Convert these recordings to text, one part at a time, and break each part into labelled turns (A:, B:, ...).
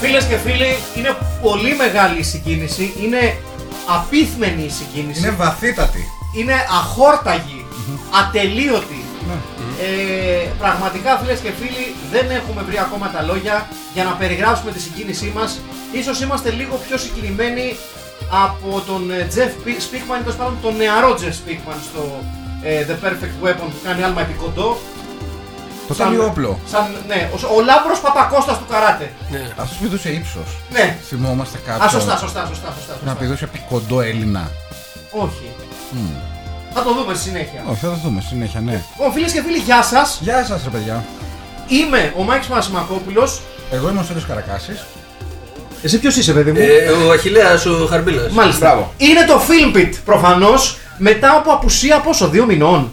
A: Φίλες και φίλοι, είναι πολύ μεγάλη η συγκίνηση. Είναι απίθμενη η συγκίνηση.
B: Είναι βαθύτατη.
A: είναι αχόρταγη, ατελείωτη.
B: Ναι.
A: Ε, πραγματικά φίλες και φίλοι δεν έχουμε βρει ακόμα τα λόγια για να περιγράψουμε τη συγκίνησή μας Ίσως είμαστε λίγο πιο συγκινημένοι από τον ε, Jeff P- Speakman ή τέλος πάντων τον νεαρό Jeff Speakman στο ε, The Perfect Weapon που κάνει άλμα επί κοντό
B: Το τέλειο όπλο.
A: σαν, ναι, ο, ο Λάμπρος Παπακώστας του καράτε
B: Αυτό τους πηδούσε ύψος.
A: Ναι,
B: Θυμόμαστε κάποιον.
A: α σωστά σωστά σωστά, σωστά, Ναι.
B: Να
A: σωστά.
B: πηδούσε πικοντό Έλληνα.
A: Όχι, θα το δούμε στη συνέχεια
B: Όχι, θα το δούμε συνέχεια, ναι.
A: Λοιπόν φίλες και φίλοι γεια σας,
B: Γεια σας, ρε παιδιά.
A: είμαι ο Μάκης Μασιμακόπουλος
B: Εγώ είμαι ο Στέλιος Καρακάσης.
A: Εσύ ποιος είσαι, παιδί μου.
C: Ε, ο Αχιλέας ο Χαρμπίλας.
A: Μάλιστα.
B: μπράβο.
A: Είναι το Filmpit προφανώς μετά από απουσία πόσο, δύο μηνών.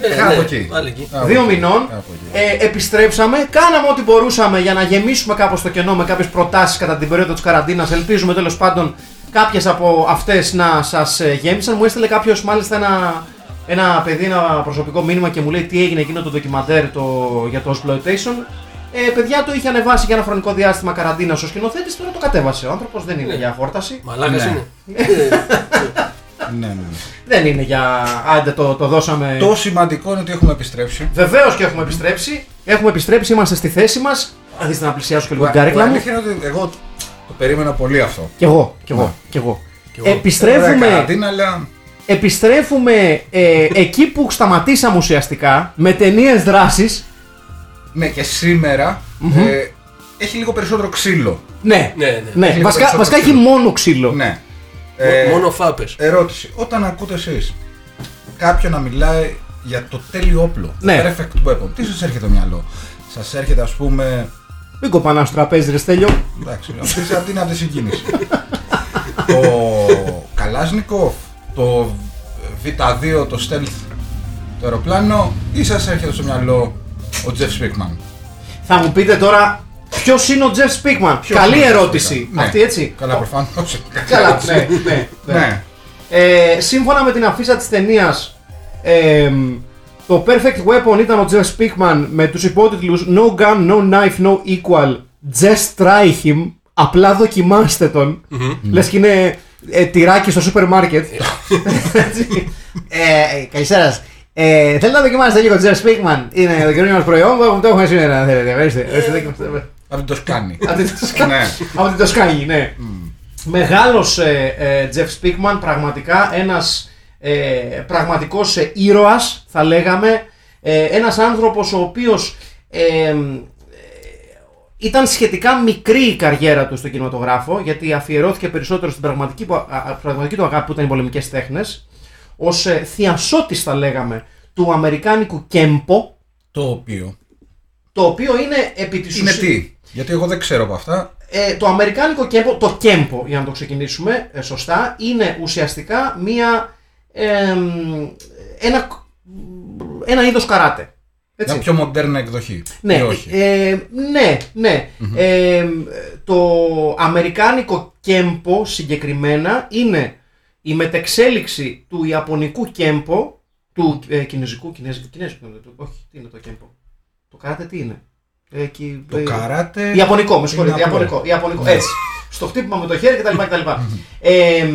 C: Ε,
B: Κάπου
C: ναι,
B: εκεί.
C: πάλι εκεί.
B: Κάπου
A: δύο
B: εκεί,
A: μηνών.
B: κάπου εκεί.
A: Ε, επιστρέψαμε, κάναμε ό,τι μπορούσαμε για να γεμίσουμε κάπως το κενό με κάποιες προτάσεις κατά την περίοδο της καραντίνας. Ελπίζουμε τέλος πάντων κάποιες από αυτές να σας γέμισαν. Μου έστειλε κάποιος μάλιστα ένα, ένα παιδί, ένα προσωπικό μήνυμα και μου λέει τι έγινε εκείνο το ντοκιμαντέρ το, για το exploitation. Ε, παιδιά το είχε ανεβάσει για ένα χρονικό διάστημα καραντίνας ο σκηνοθέτης, τώρα το κατέβασε. Ο άνθρωπος δεν είναι για χόρταση.
C: Μαλάκας
B: Ναι.
C: είναι.
B: Ναι, ναι, ναι.
A: Δεν είναι για. Άντε, το, το δώσαμε.
B: Το σημαντικό είναι ότι έχουμε επιστρέψει.
A: Βεβαίως και έχουμε επιστρέψει. Έχουμε επιστρέψει, είμαστε στη θέση μας. Αν δείτε να πλησιάσω και λίγο την
B: Η
A: καρέκλα μου.
B: αλήθεια είναι ότι εγώ το περίμενα πολύ αυτό.
A: Κι εγώ, κι εγώ,
B: Ναι.
A: κι εγώ.
C: εγώ.
B: Ωραία
A: Επιστρέφουμε,
B: καραντίνα, αλλά
A: επιστρέφουμε ε, εκεί που σταματήσαμε ουσιαστικά με ταινίες δράσης.
B: ναι, και σήμερα ε, έχει λίγο περισσότερο ξύλο.
A: Ναι,
C: Ναι, ναι.
A: ναι. Βασικά,
B: Λίγο περισσότερο
A: βασικά έχει
B: ξύλο.
A: μόνο ξύλο.
B: Ναι. Ε,
C: Μόνο φάπες.
B: Ερώτηση. Όταν ακούτε εσείς κάποιον να μιλάει για το τέλειο όπλο,
A: Ναι.
B: perfect weapon, τι σας έρχεται το μυαλό. Σας έρχεται, ας πούμε.
A: Μην κοπανάς στο τραπέζι, ρε Στέλιο.
B: Εντάξει, αυτή είναι- αυτή είναι από τη συγκίνηση. το Καλάσνικοφ, το Β2, το Stealth, το αεροπλάνο, ή σας έρχεται στο μυαλό ο Τζεφ Σπίκμαν.
A: Θα μου πείτε τώρα ποιος είναι ο Τζεφ Σπίκμαν.
B: Ποιος
A: Καλή
B: είναι ο Jeff
A: ερώτηση.
B: Speakman? Ναι.
A: Αυτή έτσι.
B: Καλά, προφανώς.
A: Καλά, ναι, ναι, ναι.
B: ναι.
A: Ε, σύμφωνα με την αφίσα της ταινίας, ε, το Perfect Weapon ήταν ο Jeff Speakman με τους υπότιτλους No Gun, No Knife, No Equal, Just Try Him, απλά δοκιμάστε τον. Λες και είναι ε, τυράκι στο σούπερ μάρκετ. Έτσι. ε, Καλησπέρας σας. Ε, θέλετε να δοκιμάσετε λίγο Jeff Speakman. Είναι το καινούργιο μας προϊόν που το έχουμε σήμερα. αν θέλετε. Ορίστε, ορίστε, δοκιμάστε.
B: Από την Τοσκάνη.
A: Από την Τοσκάνη.
B: Ναι.
A: Από την Τοσκάνη, ναι. Μεγάλος ε, ε, Jeff Speakman, πραγματικά ένας ε, πραγματικός ε, ήρωας, θα λέγαμε. Ε, ένας άνθρωπος ο οποίος ε, ε, ήταν σχετικά μικρή η καριέρα του στο κινηματογράφο, γιατί αφιερώθηκε περισσότερο στην πραγματική, που- α- α- πραγματική του αγάπη που ήταν οι πολεμικές τέχνες, ως ε, θειασότης θα λέγαμε του αμερικάνικου κέμπο,
B: το οποίο.
A: το οποίο είναι επί της
B: Είναι
A: ουσίας-
B: τι. Γιατί εγώ δεν ξέρω από αυτά.
A: ε, το αμερικάνικο κέμπο, το κέμπο για να το ξεκινήσουμε ε, σωστά, είναι ουσιαστικά μία, εμ, ένα, ένα είδος καράτε. Έτσι.
B: Μια πιο μοντέρνα εκδοχή.
A: Ναι,
B: Ή όχι.
A: ε, ναι, ναι. Ε, το αμερικάνικο κέμπο συγκεκριμένα είναι η μετεξέλιξη του ιαπωνικού κέμπο, του ε, κινέζικου, κινέζικου, κινέζικου, είναι το- όχι, τι είναι το κέμπο. Το καράτε τι είναι. Ε, κι-
B: Το
A: ε,
B: καράτε.
A: Ιαπωνικό, με συγχωρείτε.
B: είναι απλό.
A: Ιαπωνικό, Ιαπωνικό. Έτσι. Στο χτύπημα με το χέρι κτλ. κτλ. ε,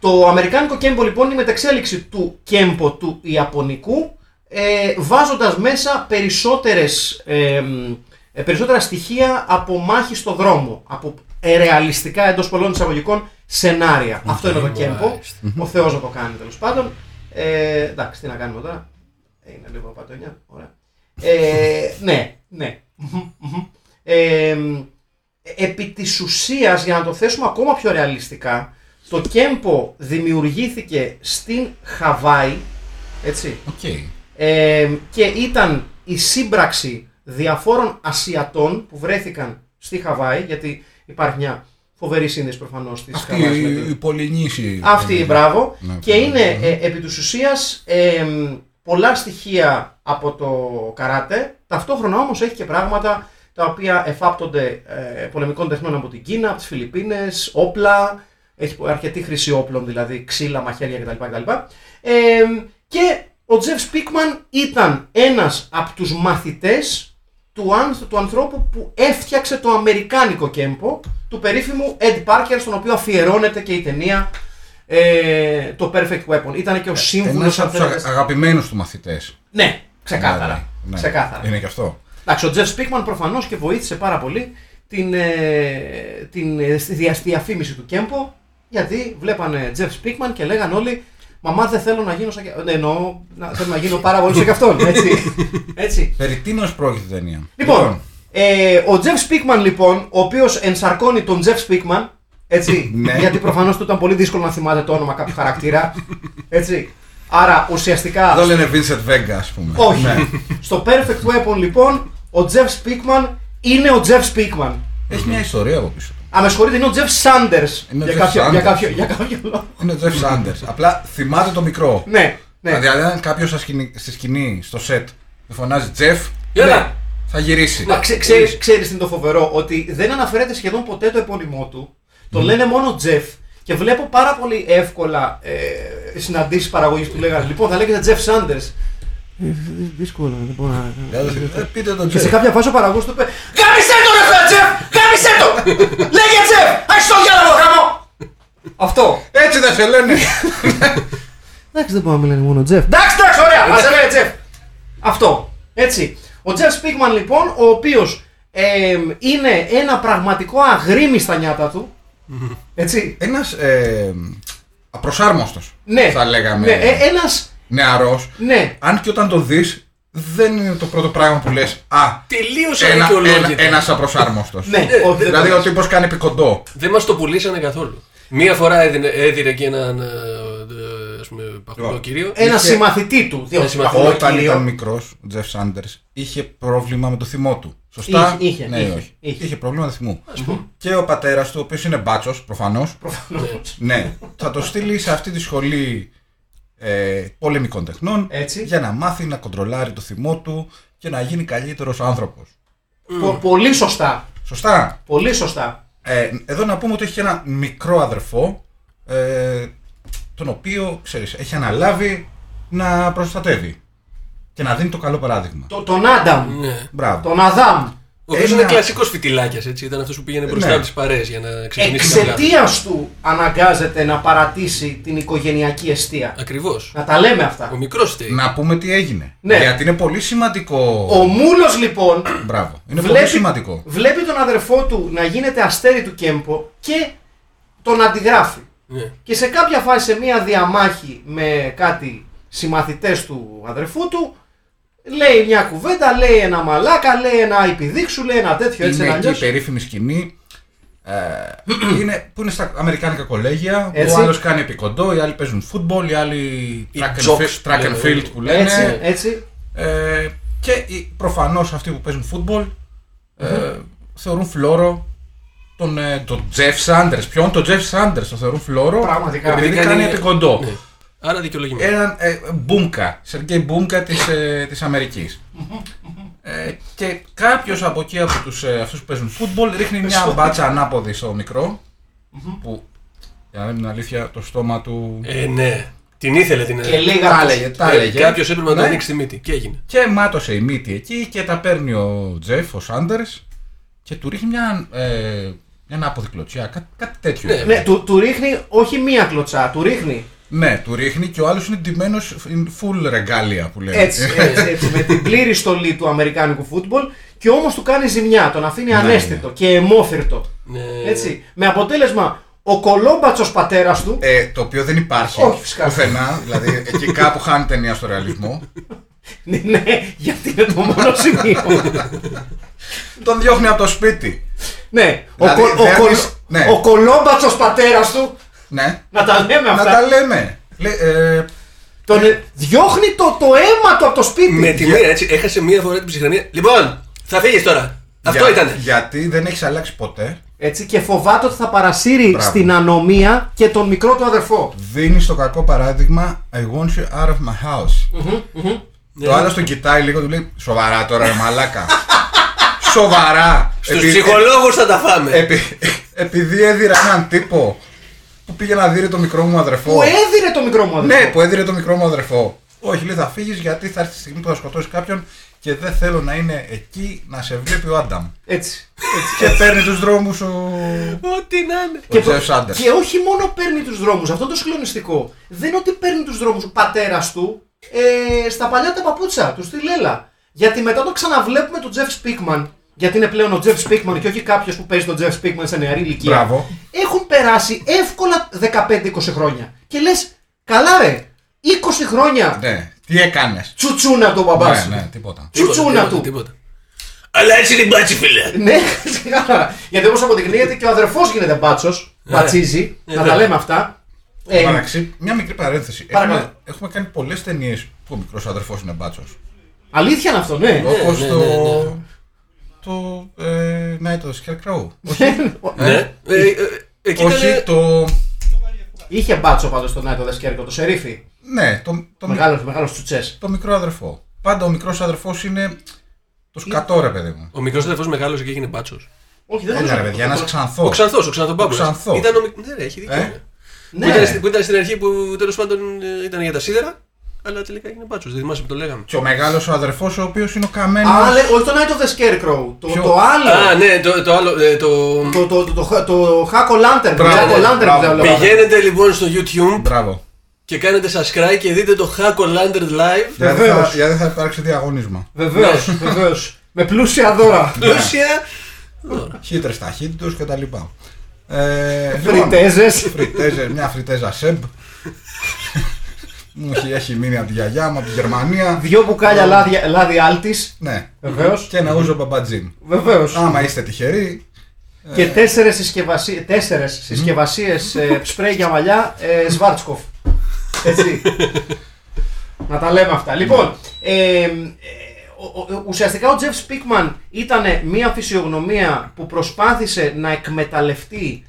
A: το αμερικάνικο κέμπο λοιπόν είναι η μεταξέλιξη του κέμπο του Ιαπωνικού ε, βάζοντας μέσα περισσότερες, ε, ε, περισσότερα στοιχεία από μάχη στο δρόμο, από ε, ρεαλιστικά εντός πολλών εισαγωγικών σενάρια. Αυτό είναι το κέμπο. Ο Θεός να το κάνει τέλος πάντων. Ε, εντάξει, τι να κάνουμε τώρα. Ε, Είναι λίγο πατώνια. Ωραία. Ε, ναι, ναι. Μμμ, μμμ. Ε, επί της ουσίας, για να το θέσουμε ακόμα πιο ρεαλιστικά, Το Κέμπο δημιουργήθηκε στην Χαβάη, έτσι,
B: Οκ.
A: ε, και ήταν η σύμπραξη διαφόρων Ασιατών που βρέθηκαν στη Χαβάη, γιατί υπάρχει μια φοβερή σύνδεση προφανώς της
B: Αυτή
A: Χαβάης. με
B: η,
A: την-
B: η πολυνήσι.
A: αυτή η μπράβο.
B: Ναι,
A: και
B: ναι,
A: είναι
B: ναι.
A: ε, επί της ουσίας ε, μ, πολλά στοιχεία από το καράτε. Ταυτόχρονα όμως έχει και πράγματα τα οποία εφάπτονται ε, πολεμικών τεχνών από την Κίνα, από τις Φιλιππίνες, όπλα. Έχει αρκετή χρήση όπλων, δηλαδή ξύλα, μαχαίρια κτλ. κτλ. Ε, και ο Τζεφ Σπίκμαν ήταν ένας από τους μαθητές του, ανθ- του ανθρώπου που έφτιαξε το αμερικάνικο κέμπο του περίφημου Ed Parker στον οποίο αφιερώνεται και η ταινία ε, το Perfect Weapon. Ήταν και ο
B: Ένα
A: σύμβουλος αν
B: από τους
A: θέλετε.
B: αγαπημένους του μαθητές.
A: Ναι, ξεκάθαρα. ξεκάθαρα.
B: ναι. Είναι και αυτό.
A: Εντάξει, ο Τζεφ Σπίκμαν προφανώς και βοήθησε πάρα πολύ την, ε, την ε, στη δια- στη διαφήμιση του κέμπο γιατί βλέπανε Τζεφ Σπίκμαν και λέγαν όλοι Μαμά δεν θέλω να γίνω σαν και... Ναι, εννοώ, να, θέλω να γίνω πάρα πολύ σαν και αυτόν, έτσι. έτσι.
B: Περί τίνος πρόκειται η ταινία.
A: Λοιπόν, ε, ο Τζεφ Σπίκμαν λοιπόν, ο οποίος ενσαρκώνει τον Τζεφ Σπίκμαν, έτσι,
B: Ναι.
A: γιατί προφανώς του ήταν πολύ δύσκολο να θυμάται το όνομα κάποιου χαρακτήρα, έτσι. Άρα ουσιαστικά.
B: Εδώ λένε Vincent Vega, ας πούμε.
A: Όχι.
B: Ναι.
A: Στο Perfect Weapon λοιπόν, ο Τζεφ Σπίκμαν είναι ο Τζεφ Σπίκμαν.
B: Έχει μια ιστορία από πίσω του.
A: Α, με συγχωρείτε, είναι ο Τζεφ Σάντερς.
B: Είναι ο
A: Για
B: Jeff
A: κάποιο, για
B: Sanders.
A: κάποιο, για κάποιο λόγο.
B: Είναι ο Jeff Sanders. Απλά θυμάται το μικρό.
A: Ναι, ναι.
B: Δηλαδή, αν κάποιος στη σκηνή, στο σετ, του φωνάζει Jeff,
C: Έλα!
B: θα γυρίσει.
A: Μα ξέ, ξέρεις, ξέρεις τι είναι το φοβερό, ότι δεν αναφέρεται σχεδόν ποτέ το επώνυμό του. Το λένε μόνο Τζεφ και βλέπω πάρα πολύ εύκολα ε, συναντήσεις παραγωγής που λέγανε Λοιπόν, θα λέγεται Τζεφ Σάντερς. Δύσκολο, δεν μπορώ να...
B: Δηλαδή, ε, Πείτε τον
A: Και σε
B: Jeff.
A: κάποια φάση ο παραγωγός του είπε «Γάμισε το ρε φίλε, Τζεφ! Γάμισε το! Λέγε Τζεφ! Άχισε το διάλογο γάμο!» Αυτό.
B: Έτσι δεν σε λένε.
A: Εντάξει, δεν μπορούμε να λένε μόνο Τζεφ. Εντάξει, εντάξει, ωραία, ας έλεγε Τζεφ. Αυτό. Έτσι. Ο Τζεφ Σπίκμαν λοιπόν, ο οποίος είναι ένα πραγματικό αγρίμι στα νιάτα του. Έτσι.
B: Ένας απροσάρμοστος.
A: Ναι.
B: ε, Θα λέγαμε.
A: Ναι, ε, ένας-
B: Νεαρός.
A: Ναι.
B: Αν και όταν το δεις, δεν είναι το πρώτο πράγμα που λες. Α,
C: Τελείως
B: ένα, ένα,
C: αδικαιολόγητα.
B: ένας απροσάρμοστος.
A: Ναι.
C: Ναι,
A: όχι,
C: δεν-
B: δηλαδή ο τύπος κάνει επικοντό.
C: Δεν μας το πουλήσανε καθόλου. Μία φορά έδινε, έδινε και έναν ε, ας πούμε, παχουλό
B: Λοιπόν.
C: κύριο.
A: Ένα
B: είχε-
A: συμμαθητή του.
C: Ένα συμμαθητή.
B: Όταν
A: κύριο.
B: ήταν μικρός, ο Τζεφ Σάντερς είχε πρόβλημα με το θυμό του. Σωστά.
A: Είχε, είχε,
B: ναι,
A: είχε,
B: όχι.
A: είχε.
B: πρόβλημα με το θυμό. Και ο πατέρας του, ο οποίος είναι μπάτσος προφανώς, ναι, θα το στείλει σε αυτή τη σχολή ε, πολεμικών τεχνών
A: Έτσι.
B: για να μάθει να κοντρολάρει το θυμό του και να γίνει καλύτερος άνθρωπος.
A: Πο-
B: Mm.
A: Πολύ σωστά.
B: Σωστά.
A: Πολύ σωστά.
B: Ε, εδώ να πούμε ότι έχει και ένα μικρό αδερφό, ε, τον οποίο, ξέρεις, έχει αναλάβει να προστατεύει και να δίνει το καλό παράδειγμα.
A: Το- Τον Άνταμ.
C: Ναι.
B: Μπράβο.
A: Τον Αδάμ.
C: Ο οποίος
B: Ένα-
C: είναι κλασικός φιτιλάκιας, έτσι. Ήταν αυτός που πήγαινε μπροστά
B: Ναι.
C: από τις παρέες για να ξεκινήσει την πλάτη.
A: Εξαιτίας του αναγκάζεται να παρατήσει την οικογενειακή αιστεία.
B: Ε,
C: Ακριβώς.
A: Να τα λέμε αυτά.
C: Ο μικρός στέκει.
B: Να πούμε τι έγινε.
A: Ναι.
B: Γιατί είναι πολύ σημαντικό.
A: Ο Μούλος λοιπόν
B: Μπράβο. Είναι πολύ
A: βλέπει-
B: σημαντικό.
A: Βλέπει τον αδερφό του να γίνεται αστέρι του Κέμπο και τον αντιγράφει.
C: Ναι.
A: Και σε κάποια φάση, σε μία διαμάχη με κάτι συμμαθητές του αδερφού του, λέει μια κουβέντα, λέει ένα μαλάκα, λέει ένα υπηδείξου, λέει ένα τέτοιο έτσι,
B: είναι
A: ένα
B: εκεί η
A: αλλιώς.
B: περίφημη σκηνή. Ε, είναι, που είναι στα αμερικάνικα κολέγια.
A: Έτσι.
B: Ο άλλος κάνει επικοντό, οι άλλοι παίζουν φούτμπολ, οι άλλοι
C: Οι
B: track and
C: jocks
B: fi- track and
C: λέγονται.
B: field που λένε.
A: δηλαδή. Έτσι, έτσι.
B: Ε, και οι- προφανώς αυτοί που παίζουν φούτμπολ ε, θεωρούν φλόρο τον, ε, τον Jeff Sanders. Ποιον, τον Jeff Sanders τον θεωρούν φλόρο.
A: Πραγματικά.
B: Επειδή
C: Επειδή
B: κάνει
C: κάνει-
B: επικοντό.
C: Ναι. Άρα δικαιολογημένο.
B: Έναν ε, Μπούμκα, Σεργέη Μπούμκα της, ε, της Αμερικής. Ε, και κάποιος από εκεί, από τους, ε, αυτούς που παίζουν φούτμπολ, ρίχνει μια μπάτσα ανάποδη στο μικρό. που, για να λέμε την αλήθεια, το στόμα του...
C: Ε, ναι. Την ήθελε την
A: Και λίγα
B: τα
A: από τους-
B: έλεγε, τα έλεγε.
C: Κάποιος έπρεπε να το
B: Ναι.
C: ανοίξει τη μύτη. Και έγινε.
B: Και μάτωσε η μύτη εκεί και τα παίρνει ο Τζεφ, ο Σάντερ και του ρίχνει μια, ε, μια ανάποδη κλωτσιά, κάτι, κάτι τέτοιο.
C: Ναι.
A: Ναι, του, του ρίχνει όχι μία κλωτσά, του ρίχνει.
B: Ναι, του ρίχνει και ο άλλος είναι ντυμένος full ρεγκάλια που λέει.
A: Έτσι, έτσι, έτσι, με την πλήρη στολή του Αμερικάνικου φούτμπολ και όμως του κάνει ζημιά, τον
B: Ναι.
A: αφήνει ανέστητο και αιμόφυρτο.
C: Ναι.
B: Ε,
A: Έτσι, με αποτέλεσμα ο κολόμπατσος πατέρας του
B: Ε, το οποίο δεν υπάρχει
A: Όχι, φυσικά.
B: πουθενά. δηλαδή εκεί κάπου χάνει ταινία στο ρεαλισμό.
A: Ναι, ναι, γιατί είναι το μόνο σημείο.
B: Τον διώχνει από το σπίτι.
A: ναι, ο,
B: Δηλαδή,
A: κο, ο,
B: δεν
A: κολ-
B: έχεις- ναι.
A: ο κολόμπατσος πατέρας του
B: Ναι.
A: Να τα λέμε
B: Να
A: αυτά.
B: τα λέμε. Λέ- ε,
A: Τον ε, διώχνει το, το αίμα του από το σπίτι.
C: Με τη μία έτσι, έχασε μία φορά την ψυχραιμία. Λοιπόν, θα φύγεις τώρα. Αυτό
B: για-
C: ήταν.
B: Γιατί δεν έχεις αλλάξει ποτέ.
A: Έτσι και φοβάται ότι θα παρασύρει
B: Μπράβο.
A: στην ανομία και τον μικρό του αδερφό.
B: Δίνεις το κακό παράδειγμα I want you out of my house.
A: Ναι.
B: Το άλλο τον κοιτάει λίγο, του λέει Σοβαρά τώρα, ρε μαλάκα. Σοβαρά.
C: Στους
B: Επει-
C: ψυχολόγου Ε, θα τα
B: Ε-
C: φάμε.
B: επει- επειδή έδιρα έναν τύπο που πήγε να δει το μικρό μου αδερφό.
A: Που έδινε το μικρό μου αδερφό.
B: Ναι, που έδιρε το μικρό μου αδερφό. Όχι, λέει θα φύγεις γιατί θα έρθει τη στιγμή που θα σκοτώσει κάποιον και δεν θέλω να είναι εκεί να σε βλέπει ο Άνταμ.
A: Έτσι.
B: και παίρνει τους δρόμους ο.
C: Ό,τι να είναι.
B: Ο
A: προ-
B: Τζεφ Σάντερ.
A: και όχι μόνο παίρνει τους δρόμους, αυτό είναι το συγκλονιστικό. Δεν είναι ότι παίρνει τους δρόμους ο πατέρας του ε, στα παλιά τα παπούτσα, τους στη Λέλα. Γιατί μετά το ξαναβλέπουμε τον Τζεφ Σπίκμαν. Γιατί είναι πλέον ο Τζεφ Σπίκμαν και όχι κάποιος που παίζει τον Τζεφ Σπίκμαν σε νεαρή ηλικία.
B: Μπράβο.
A: Έχουν περάσει εύκολα 15-20 χρόνια. Και λες, καλά ρε, 20 χρόνια
B: Ναι, τι έκανες.
A: τσουτσούνα του μπαμπάς
B: Ναι,
A: σου.
B: ναι, τίποτα.
C: Τίποτα,
A: Τσουτσούνα
C: τίποτα,
A: του.
C: Ε, τίποτα. Αλλά έτσι την μπάτση,
B: Ε?
C: φίλε.
A: Ναι, ξεκάθαρα. Γιατί όπως αποδεικνύεται και ο αδερφός γίνεται μπάτσος. Μπατσίζει.
C: Ε,
A: Να τα
C: βέβαια.
A: λέμε αυτά. Ε,
B: Μεταξύ, μια μικρή παρένθεση.
A: Παρακαλώ.
B: Έχουμε, έχουμε κάνει πολλές ταινίες που ο μικρός αδερφός είναι μπάτσος.
A: αλήθεια είναι αυτό, ναι.
B: Όπως
C: ναι,
B: το.
C: ναι, ναι.
B: Το. ε, Night of the Scarecrow.
C: Ναι. Ε, ε, Εκεί
B: Όχι
C: ήταν.
B: το.
A: Είχε μπάτσο πάντως τον Νάιτο Δεσκέρκο, το Σερίφι.
B: Ναι, το, το,
A: Μεγάλος μεγάλος τσουτσές.
B: το μικρό αδερφό. Πάντα ο μικρός αδερφός είναι. Το σκατό, ρε παιδί μου.
C: Ο μικρός αδερφός μεγάλος και έγινε μπάτσος.
A: Όχι, δεν
B: Έλα,
A: νομίζω.
B: ρε παιδιά, ένας ξανθός.
C: Ο ξανθός, ο ξανθοπάπουλο.
B: Ο ξανθός.
C: Ήταν ο... μικ- Ναι, ρε, έχει δίκιο.
B: Ε.
A: Ναι,
C: ναι. Που, ήταν, στη- που ήταν στην αρχή που τέλος πάντων ε, ήταν για τα σίδερα, αλλά τελικά έγινε μπάτσος. Δεν θυμάσαι που το λέγαμε.
B: Και ο μεγάλος ο αδερφός, ο οποίος είναι ο καμένος.
A: Α, λέ- όχι το Night of the Scarecrow. Το,
B: Ποιο?
A: το άλλο.
C: Α, ναι, το, το άλλο. ε, το...
A: Το, το, το, το, χα- το Hack o' Lantern.
B: Μπράβο,
A: Jack o' Lantern
B: μπράβο.
A: που τα λέω.
C: Πηγαίνετε λοιπόν στο YouTube
B: Μπράβο.
A: Ε,
C: και κάνετε subscribe και δείτε το Hack on Lantern Live.
B: Γιατί
A: Βεβαίως.
B: Δηλαδή θα, γιατί θα υπάρξει διαγωνίσμα.
A: Βεβαίως, βεβαίως. Με πλούσια δώρα.
C: Πλούσια.
B: Χίτρες ταχύτητο και τα λοιπά. Ε,
A: Φριτέζες.
B: φριτέζες, μια φριτέζα σεμπ. μου έχει, έχει μείνει από τη γιαγιά μου, από τη Γερμανία.
A: Δυο μπουκάλια λάδι, λάδι άλτης.
B: ναι.
A: Βεβαίως.
B: Και ένα ούζο μπαμπατζίν.
A: Βεβαίως.
B: Άμα είστε τυχεροί,
A: Ε. Και τέσσερες συσκευασί... τέσσερες συσκευασίες ε, σπρέι για μαλλιά ε, Σβάρτσκοφ. Έτσι. Να τα λέμε αυτά. Λοιπόν, ε, ε, ο- ο- ουσιαστικά ο Τζεφ Σπίκμαν ήταν μια φυσιογνωμία που προσπάθησε να εκμεταλλευτεί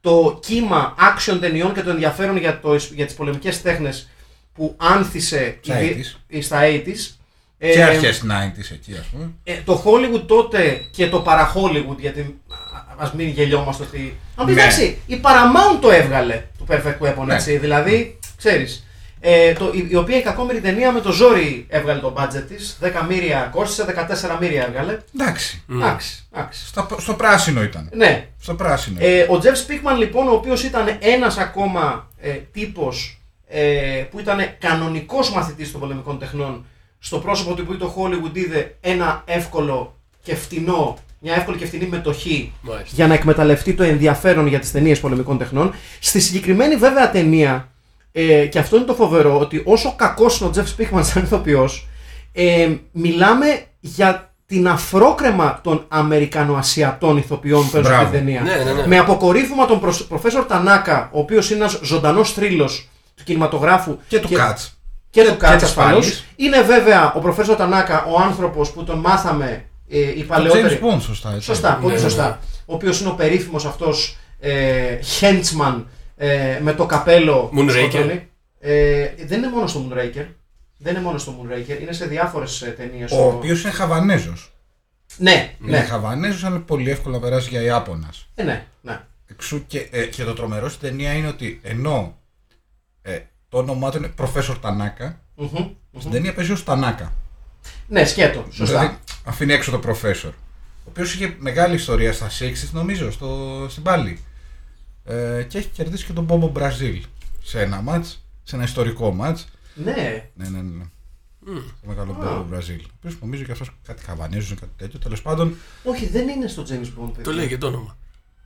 A: το κύμα άξιων ταινιών και το ενδιαφέρον για, το, για τις πολεμικές τέχνες που άνθησε
B: Στα
A: η-
B: 80s.
A: η- στα 80s. Ε,
B: και αρχέ 90s εκεί, ας πούμε.
A: ε, το Hollywood τότε και το παρα-Hollywood, γιατί α μην γελιόμαστε ότι. Αν πεις
B: Ναι.
A: εντάξει, η Paramount το έβγαλε το Perfect Weapon,
B: Ναι.
A: έτσι. Δηλαδή, ξέρεις. Ε, το, η, η οποία η κακόμερη ταινία με το ζόρι έβγαλε το budget της. 10 μύρια κόστησε, 14 μύρια έβγαλε.
B: Ναι. Εντάξει.
A: Ε, Εντάξει, εντάξει.
B: Στα- στο πράσινο ήταν.
A: Ναι,
B: Στο πράσινο.
A: ε, ο Τζεφ Σπίκμαν λοιπόν, ο οποίος ήταν ένας ακόμα ε, τύπος ε, που ήταν κανονικός μαθητής των πολεμικών τεχνών, στο πρόσωπο του που το Hollywood είδε ένα εύκολο και φτηνό, μια εύκολη και φτηνή μετοχή
C: Μάλιστα.
A: για να εκμεταλλευτεί το ενδιαφέρον για τις ταινίες πολεμικών τεχνών. Στη συγκεκριμένη βέβαια ταινία, ε, και αυτό είναι το φοβερό, ότι όσο κακός είναι ο Τζεφ Σπίκμαν σαν ηθοποιός, ε, μιλάμε για την αφρόκρεμα των Αμερικανοασιατών ηθοποιών που παίζουν
B: Μπράβο.
A: την ταινία.
C: Ναι, ναι, ναι.
A: Με αποκορύφωμα τον προσ- προφέσορ Τανάκα, ο οποίος είναι ένας ζωντανός τρίλο του κινηματογράφου.
B: και του Κάτ.
A: Και του Κάτς,
B: και της
A: ασφαλώς.
B: Φάνης.
A: Είναι βέβαια ο προφέσορ Τανάκα ο άνθρωπος που τον μάθαμε ε, οι παλαιότεροι.
B: James Bond, σωστά. έτσι.
A: Σωστά, πολύ
C: ναι, ναι.
A: σωστά. Ο οποίος είναι ο περίφημος αυτός ε, henchman ε, με το καπέλο. που
C: Moonraker.
A: σκοτώνει. Ε, δεν είναι μόνο στο Moonraker. Δεν είναι μόνο στο Moonraker, είναι σε διάφορες ταινίες.
B: Ο οποίος είναι Χαβανέζος.
A: Ναι,
B: Είναι
A: ναι,
B: Χαβανέζος, αλλά πολύ εύκολα να περάσει για Ιάπωνας.
A: Ε, ναι, ναι.
B: Εξού και, ε, και το τρομερό στην ταινία είναι ότι ενώ ε, το όνομά του είναι Professor Tanaka,
A: Μμμ.
B: στην ταινία παίζει ως Tanaka.
A: Ναι, σκέτο. Σωστά.
B: Δηλαδή αφήνει έξω το Professor. Ο οποίος είχε μεγάλη ιστορία στα 60 νομίζω, στο, στην πάλι. Ε, και έχει κερδίσει και τον Μπόμπο Μπραζίλ σε ένα μάτς, σε ένα ιστορικό μάτς.
A: Ναι.
B: Ναι, ναι, ναι. ναι. Το μεγάλο Μπόμπο Μπραζίλ. Ο οποίος νομίζω και αυτός κάτι χαβανέζο, κάτι τέτοιο. Τέλος πάντων,
A: Όχι, δεν είναι στο James Bond.
C: Το
A: παιδιά.
C: λέει και το όνομα.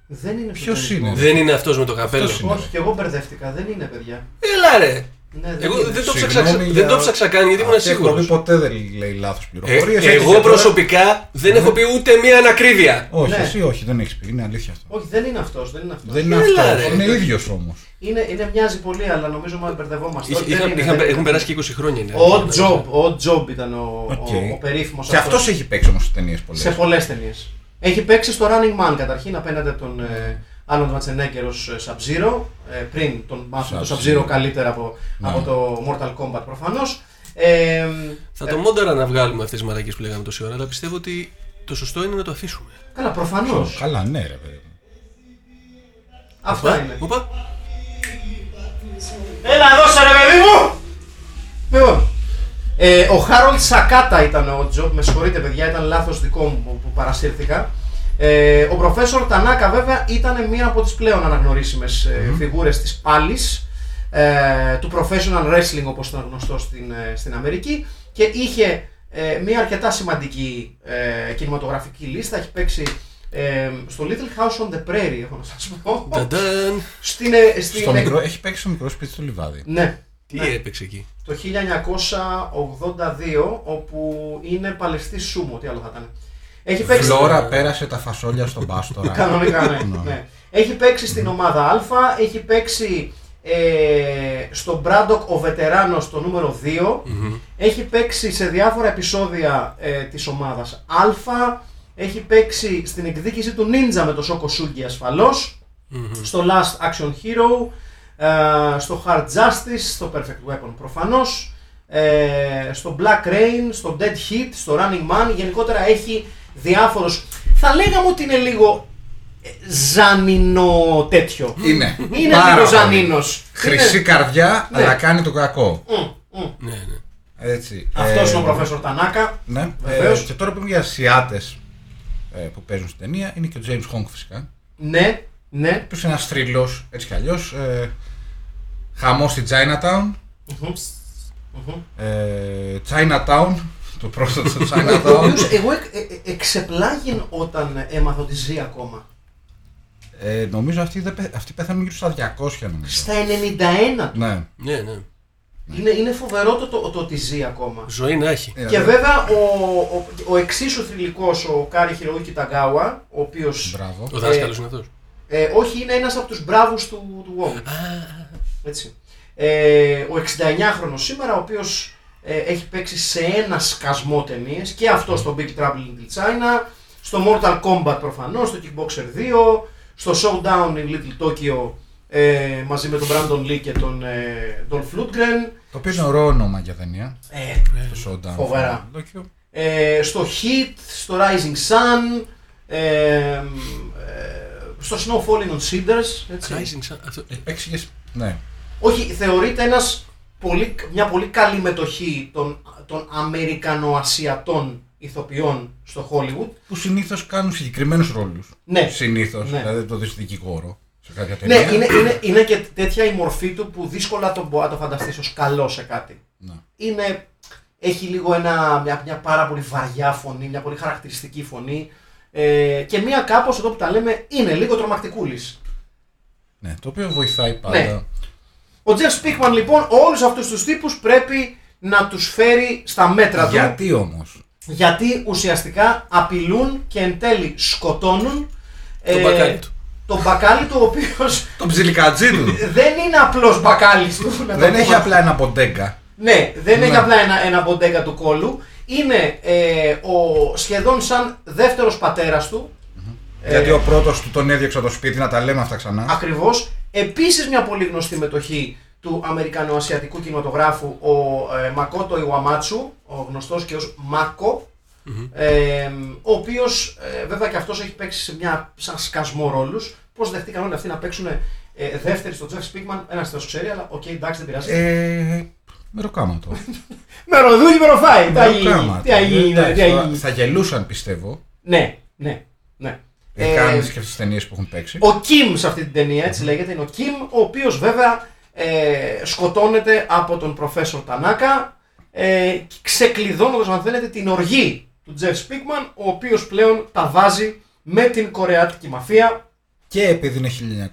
A: Δεν είναι στο
B: Ποιος
A: James
B: είναι?
A: Bond.
C: Δεν είναι αυτός με το καπέλο.
B: Αυτός είναι.
A: Όχι, και εγώ μπερδεύτηκα. Δεν είναι, παιδιά.
C: Έλα ρε!
A: Ναι, δεν
C: Εγώ
A: είναι.
C: δεν το,
B: Συγγνώμη
C: ψάξα,
B: για-
C: δεν το ψάξα καν γιατί ήμουν
B: Αυτή η εκπομπή
C: σίγουρος.
B: ποτέ δεν λέει λάθος πληροφορίες.
C: Ε, εγώ προσωπικά δεν έχω πει ούτε μία ανακρίβεια.
B: Όχι,
A: Ναι.
B: εσύ όχι, δεν έχεις πει. Είναι αλήθεια αυτό.
A: Όχι, δεν είναι αυτός. Δεν είναι αυτός.
B: Δεν είναι
C: Έλα,
B: αυτός.
C: ρε.
B: Είναι ίδιος όμως.
A: Είναι, είναι, μοιάζει πολύ, αλλά νομίζω μα μπερδευόμαστε.
C: Είχα-
A: Όχι, δεν
C: είχα-
A: είναι,
C: είχα-
A: δεν
C: Έχουν
A: είναι.
C: περάσει και 20 χρόνια. ναι. είναι.
A: Ο Τζομπ, ο Τζομπ ήταν ο,
B: Οκ.
A: ο, ο περίφημος
B: Και αυτός έχει παίξει όμως ταινίες πολλές.
A: σε πολλές ταινίες. Έχει παίξει στο Running Man καταρχήν απέναντι από τον ε, Άλλον Βατσενέγκερ ως Sub-Zero. Ε, πριν τον μάθουμε το
B: Sub-Zero.
A: Sub-Zero καλύτερα από,
B: Ναι.
A: από το Mortal Kombat προφανώς. Ε,
C: Θα το μόνταρα να βγάλουμε αυτές τις μαλακίες που λέγαμε τόση ώρα, αλλά πιστεύω ότι το σωστό είναι να το αφήσουμε.
A: καλά, προφανώς.
B: Καλά, ναι, ρε παιδί.
A: Αυτά είναι.
C: Οπα.
A: Έλα εδώ, σε ρε παιδί μου! Λοιπόν, ε, ο Χάρολτ Σακάτα ήταν ο Τζο. Με συγχωρείτε, παιδιά, ήταν λάθος δικό μου που- που παρασύρθηκα. Ε, ο προφέσορ Τανάκα, βέβαια, ήταν μία από τις πλέον ε, αναγνωρίσιμε φιγούρες της πάλης ε, του professional wrestling, όπως ήταν γνωστό στην, ε, στην Αμερική και είχε ε, μία αρκετά σημαντική ε, κινηματογραφική λίστα. Έχει παίξει ε, στο Little House on the Prairie, έχω να σας πω.
C: Ταντάν.
A: στην, ε, στην,
B: Στο μικρό, έχει παίξει στο μικρό σπίτι του Λιβάδη.
A: Ναι,
C: Τι έπαιξε εκεί.
A: το 1982 όπου είναι παλαιστή σούμο, τι άλλο θα ήταν. Έχει παίξει.
B: Φλόρα πέρασε τα φασόλια στον Πάστορα.
A: Κανονικά, ναι, ναι. Έχει παίξει στην ομάδα Α, έχει παίξει ε, στον Μπράντοκ ο Βετεράνος το νούμερο 2, έχει παίξει σε διάφορα επεισόδια ε, της ομάδας Α, έχει παίξει στην εκδίκηση του Νίντζα με το Σόκο Σούγκη ασφαλώς, στο Last Action Hero, ε, στο Hard Justice, στο Perfect Weapon προφανώς, ε, στο Black Rain, στο Dead Heat, στο Running Man, γενικότερα έχει διάφορους... Θα λέγαμε ότι είναι λίγο ε, ζανινό τέτοιο.
B: Είναι.
A: Είναι
B: Πάρα
A: λίγο
B: πολύ.
A: ζανίνος.
B: Χρυσή
A: Είναι-
B: καρδιά,
A: Ναι.
B: αλλά κάνει το κακό.
A: Μμ, μ.
C: Ναι, ναι.
B: Έτσι.
A: Αυτός
B: Ε,
A: είναι ο Προφέσορ Τανάκα.
B: Ναι,
A: Βεβαίως.
B: Ε, και τώρα που είμαι για Ασιάτες που παίζουν στην ταινία είναι και ο James Hong φυσικά.
A: Ναι, ναι.
B: Που είναι ένας θρύλο έτσι κι αλλιώς. Ε, χαμός στη Chinatown.
A: Μμμ. Μμμ.
B: Ε, Chinatown. Το πρόσωπο του
A: Ο οποίος-
B: Chinatown.
A: εγώ εκ- ε- ε- εξεπλάγιν όταν έμαθα ότι ζει ακόμα.
B: ε, νομίζω αυτοί, δεν, πε- αυτοί πέθαναν γύρω στα 200 νομίζω.
A: Στα 91 του.
B: ναι.
C: Ναι, ναι.
A: Είναι, είναι φοβερό το, το, το ότι ζει ακόμα.
C: Ζωή να έχει.
B: Ε,
A: Και
B: ρε,
A: βέβαια ο, ο, ο εξίσου θρηλυκός, ο Κάρι Χιροούκι Ταγκάουα, ο οποίος
B: Μπράβο.
C: Ο δάσκαλος είναι αυτός.
A: Ε, όχι, είναι ένας από τους μπράβους του, του Wong. Έτσι. Ε, ο 69χρονος σήμερα, ο οποίος ε, έχει παίξει σε ένα σκασμό ταινίες και αυτό στο Big Trouble in Little China, στο Mortal Kombat προφανώς, στο Kickboxer 2, στο Showdown in Little Tokyo ε, μαζί με τον Brandon Lee και τον ε, Dolph Lundgren,
B: Το οποίο είναι ωραίο όνομα για ταινία.
A: ε,
B: Το Showdown.
A: φοβερά.
B: Tokyo.
A: ε, στο Heat, στο Rising Sun, ε, ε, στο Snow Falling on Cinders. Έτσι.
C: Rising Sun. Αυτό. ε,
B: Παίξει και. σ- Ναι.
A: Όχι, θεωρείται ένας πολύ, μια πολύ καλή μετοχή των, των Αμερικανοασιατών ηθοποιών στο Hollywood.
B: Που συνήθως κάνουν συγκεκριμένους ρόλους.
A: Ναι.
B: Συνήθως.
A: Ναι.
B: Δηλαδή το δει δικηγόρο. Σε κάποια
A: Ναι,
B: ταινία.
A: είναι, είναι, είναι και τέτοια η μορφή του που δύσκολα τον μπορεί να το φανταστείς ως καλό σε κάτι.
B: Ναι.
A: Είναι, έχει λίγο ένα, μια, μια πάρα πολύ βαριά φωνή, μια πολύ χαρακτηριστική φωνή ε, και μια κάπως εδώ που τα λέμε είναι λίγο τρομακτικούλης.
B: Ναι, το οποίο βοηθάει πάντα.
A: Ναι. Ο Τζεφ Σπίκμαν λοιπόν όλους αυτούς τους τύπους πρέπει να τους φέρει στα μέτρα του.
B: Γιατί όμως.
A: γιατί ουσιαστικά απειλούν και εν τέλει σκοτώνουν
C: Το μπακάλι του.
A: τον μπακάλι του, ο οποίος
B: Τον ψιλικατζή του.
A: δεν είναι απλός μπακάλι του. να το
B: δεν
A: πούμε.
B: έχει απλά ένα ποντέγκα.
A: Ναι, δεν
B: Ναι.
A: έχει απλά ένα, ένα μποντέγκα του κόλου. Είναι ε, ο, σχεδόν σαν δεύτερος πατέρας του. Ε.
B: Γιατί ο πρώτος του τον έδιωξε από το σπίτι, να τα λέμε αυτά ξανά.
A: Ακριβώς. Επίσης μια πολύ γνωστή μετοχή του Αμερικανοασιατικού κινηματογράφου ο ε, Μακότο Ιουαμάτσου, ο γνωστός και ως Μάκο, ε, ο οποίος ε, βέβαια και αυτός έχει παίξει σε μια σαν σκασμό ρόλους. Πώς δεχτήκαν όλοι αυτοί να παίξουν ε, δεύτερη στο Τζεφ Σπίκμαν, ένας θεός ξέρει, αλλά οκ, εντάξει δεν πειράζει.
B: Ε, μεροκάματο.
A: με ροδούλι με ροφάει, τι θα γίνει,
B: Μεροκάματο.
A: τι θα γίνει,
B: ε, Εντάξει,
A: τι θα γίνει.
B: Θα γελούσαν πιστεύω.
A: Ναι, ναι, ναι.
B: Ε,
A: Ε,
B: Κάνει και τις ταινίες που έχουν παίξει.
A: Ο Κιμ σε αυτή την ταινία, έτσι λέγεται, είναι ο Κιμ, ο οποίος βέβαια ε, σκοτώνεται από τον προφέσορ Τανάκα, ε, ξεκλειδώνοντας αν θέλετε την οργή του Τζεφ Σπίκμαν, ο οποίος πλέον τα βάζει με την κορεάτικη μαφία.
B: Και επειδή είναι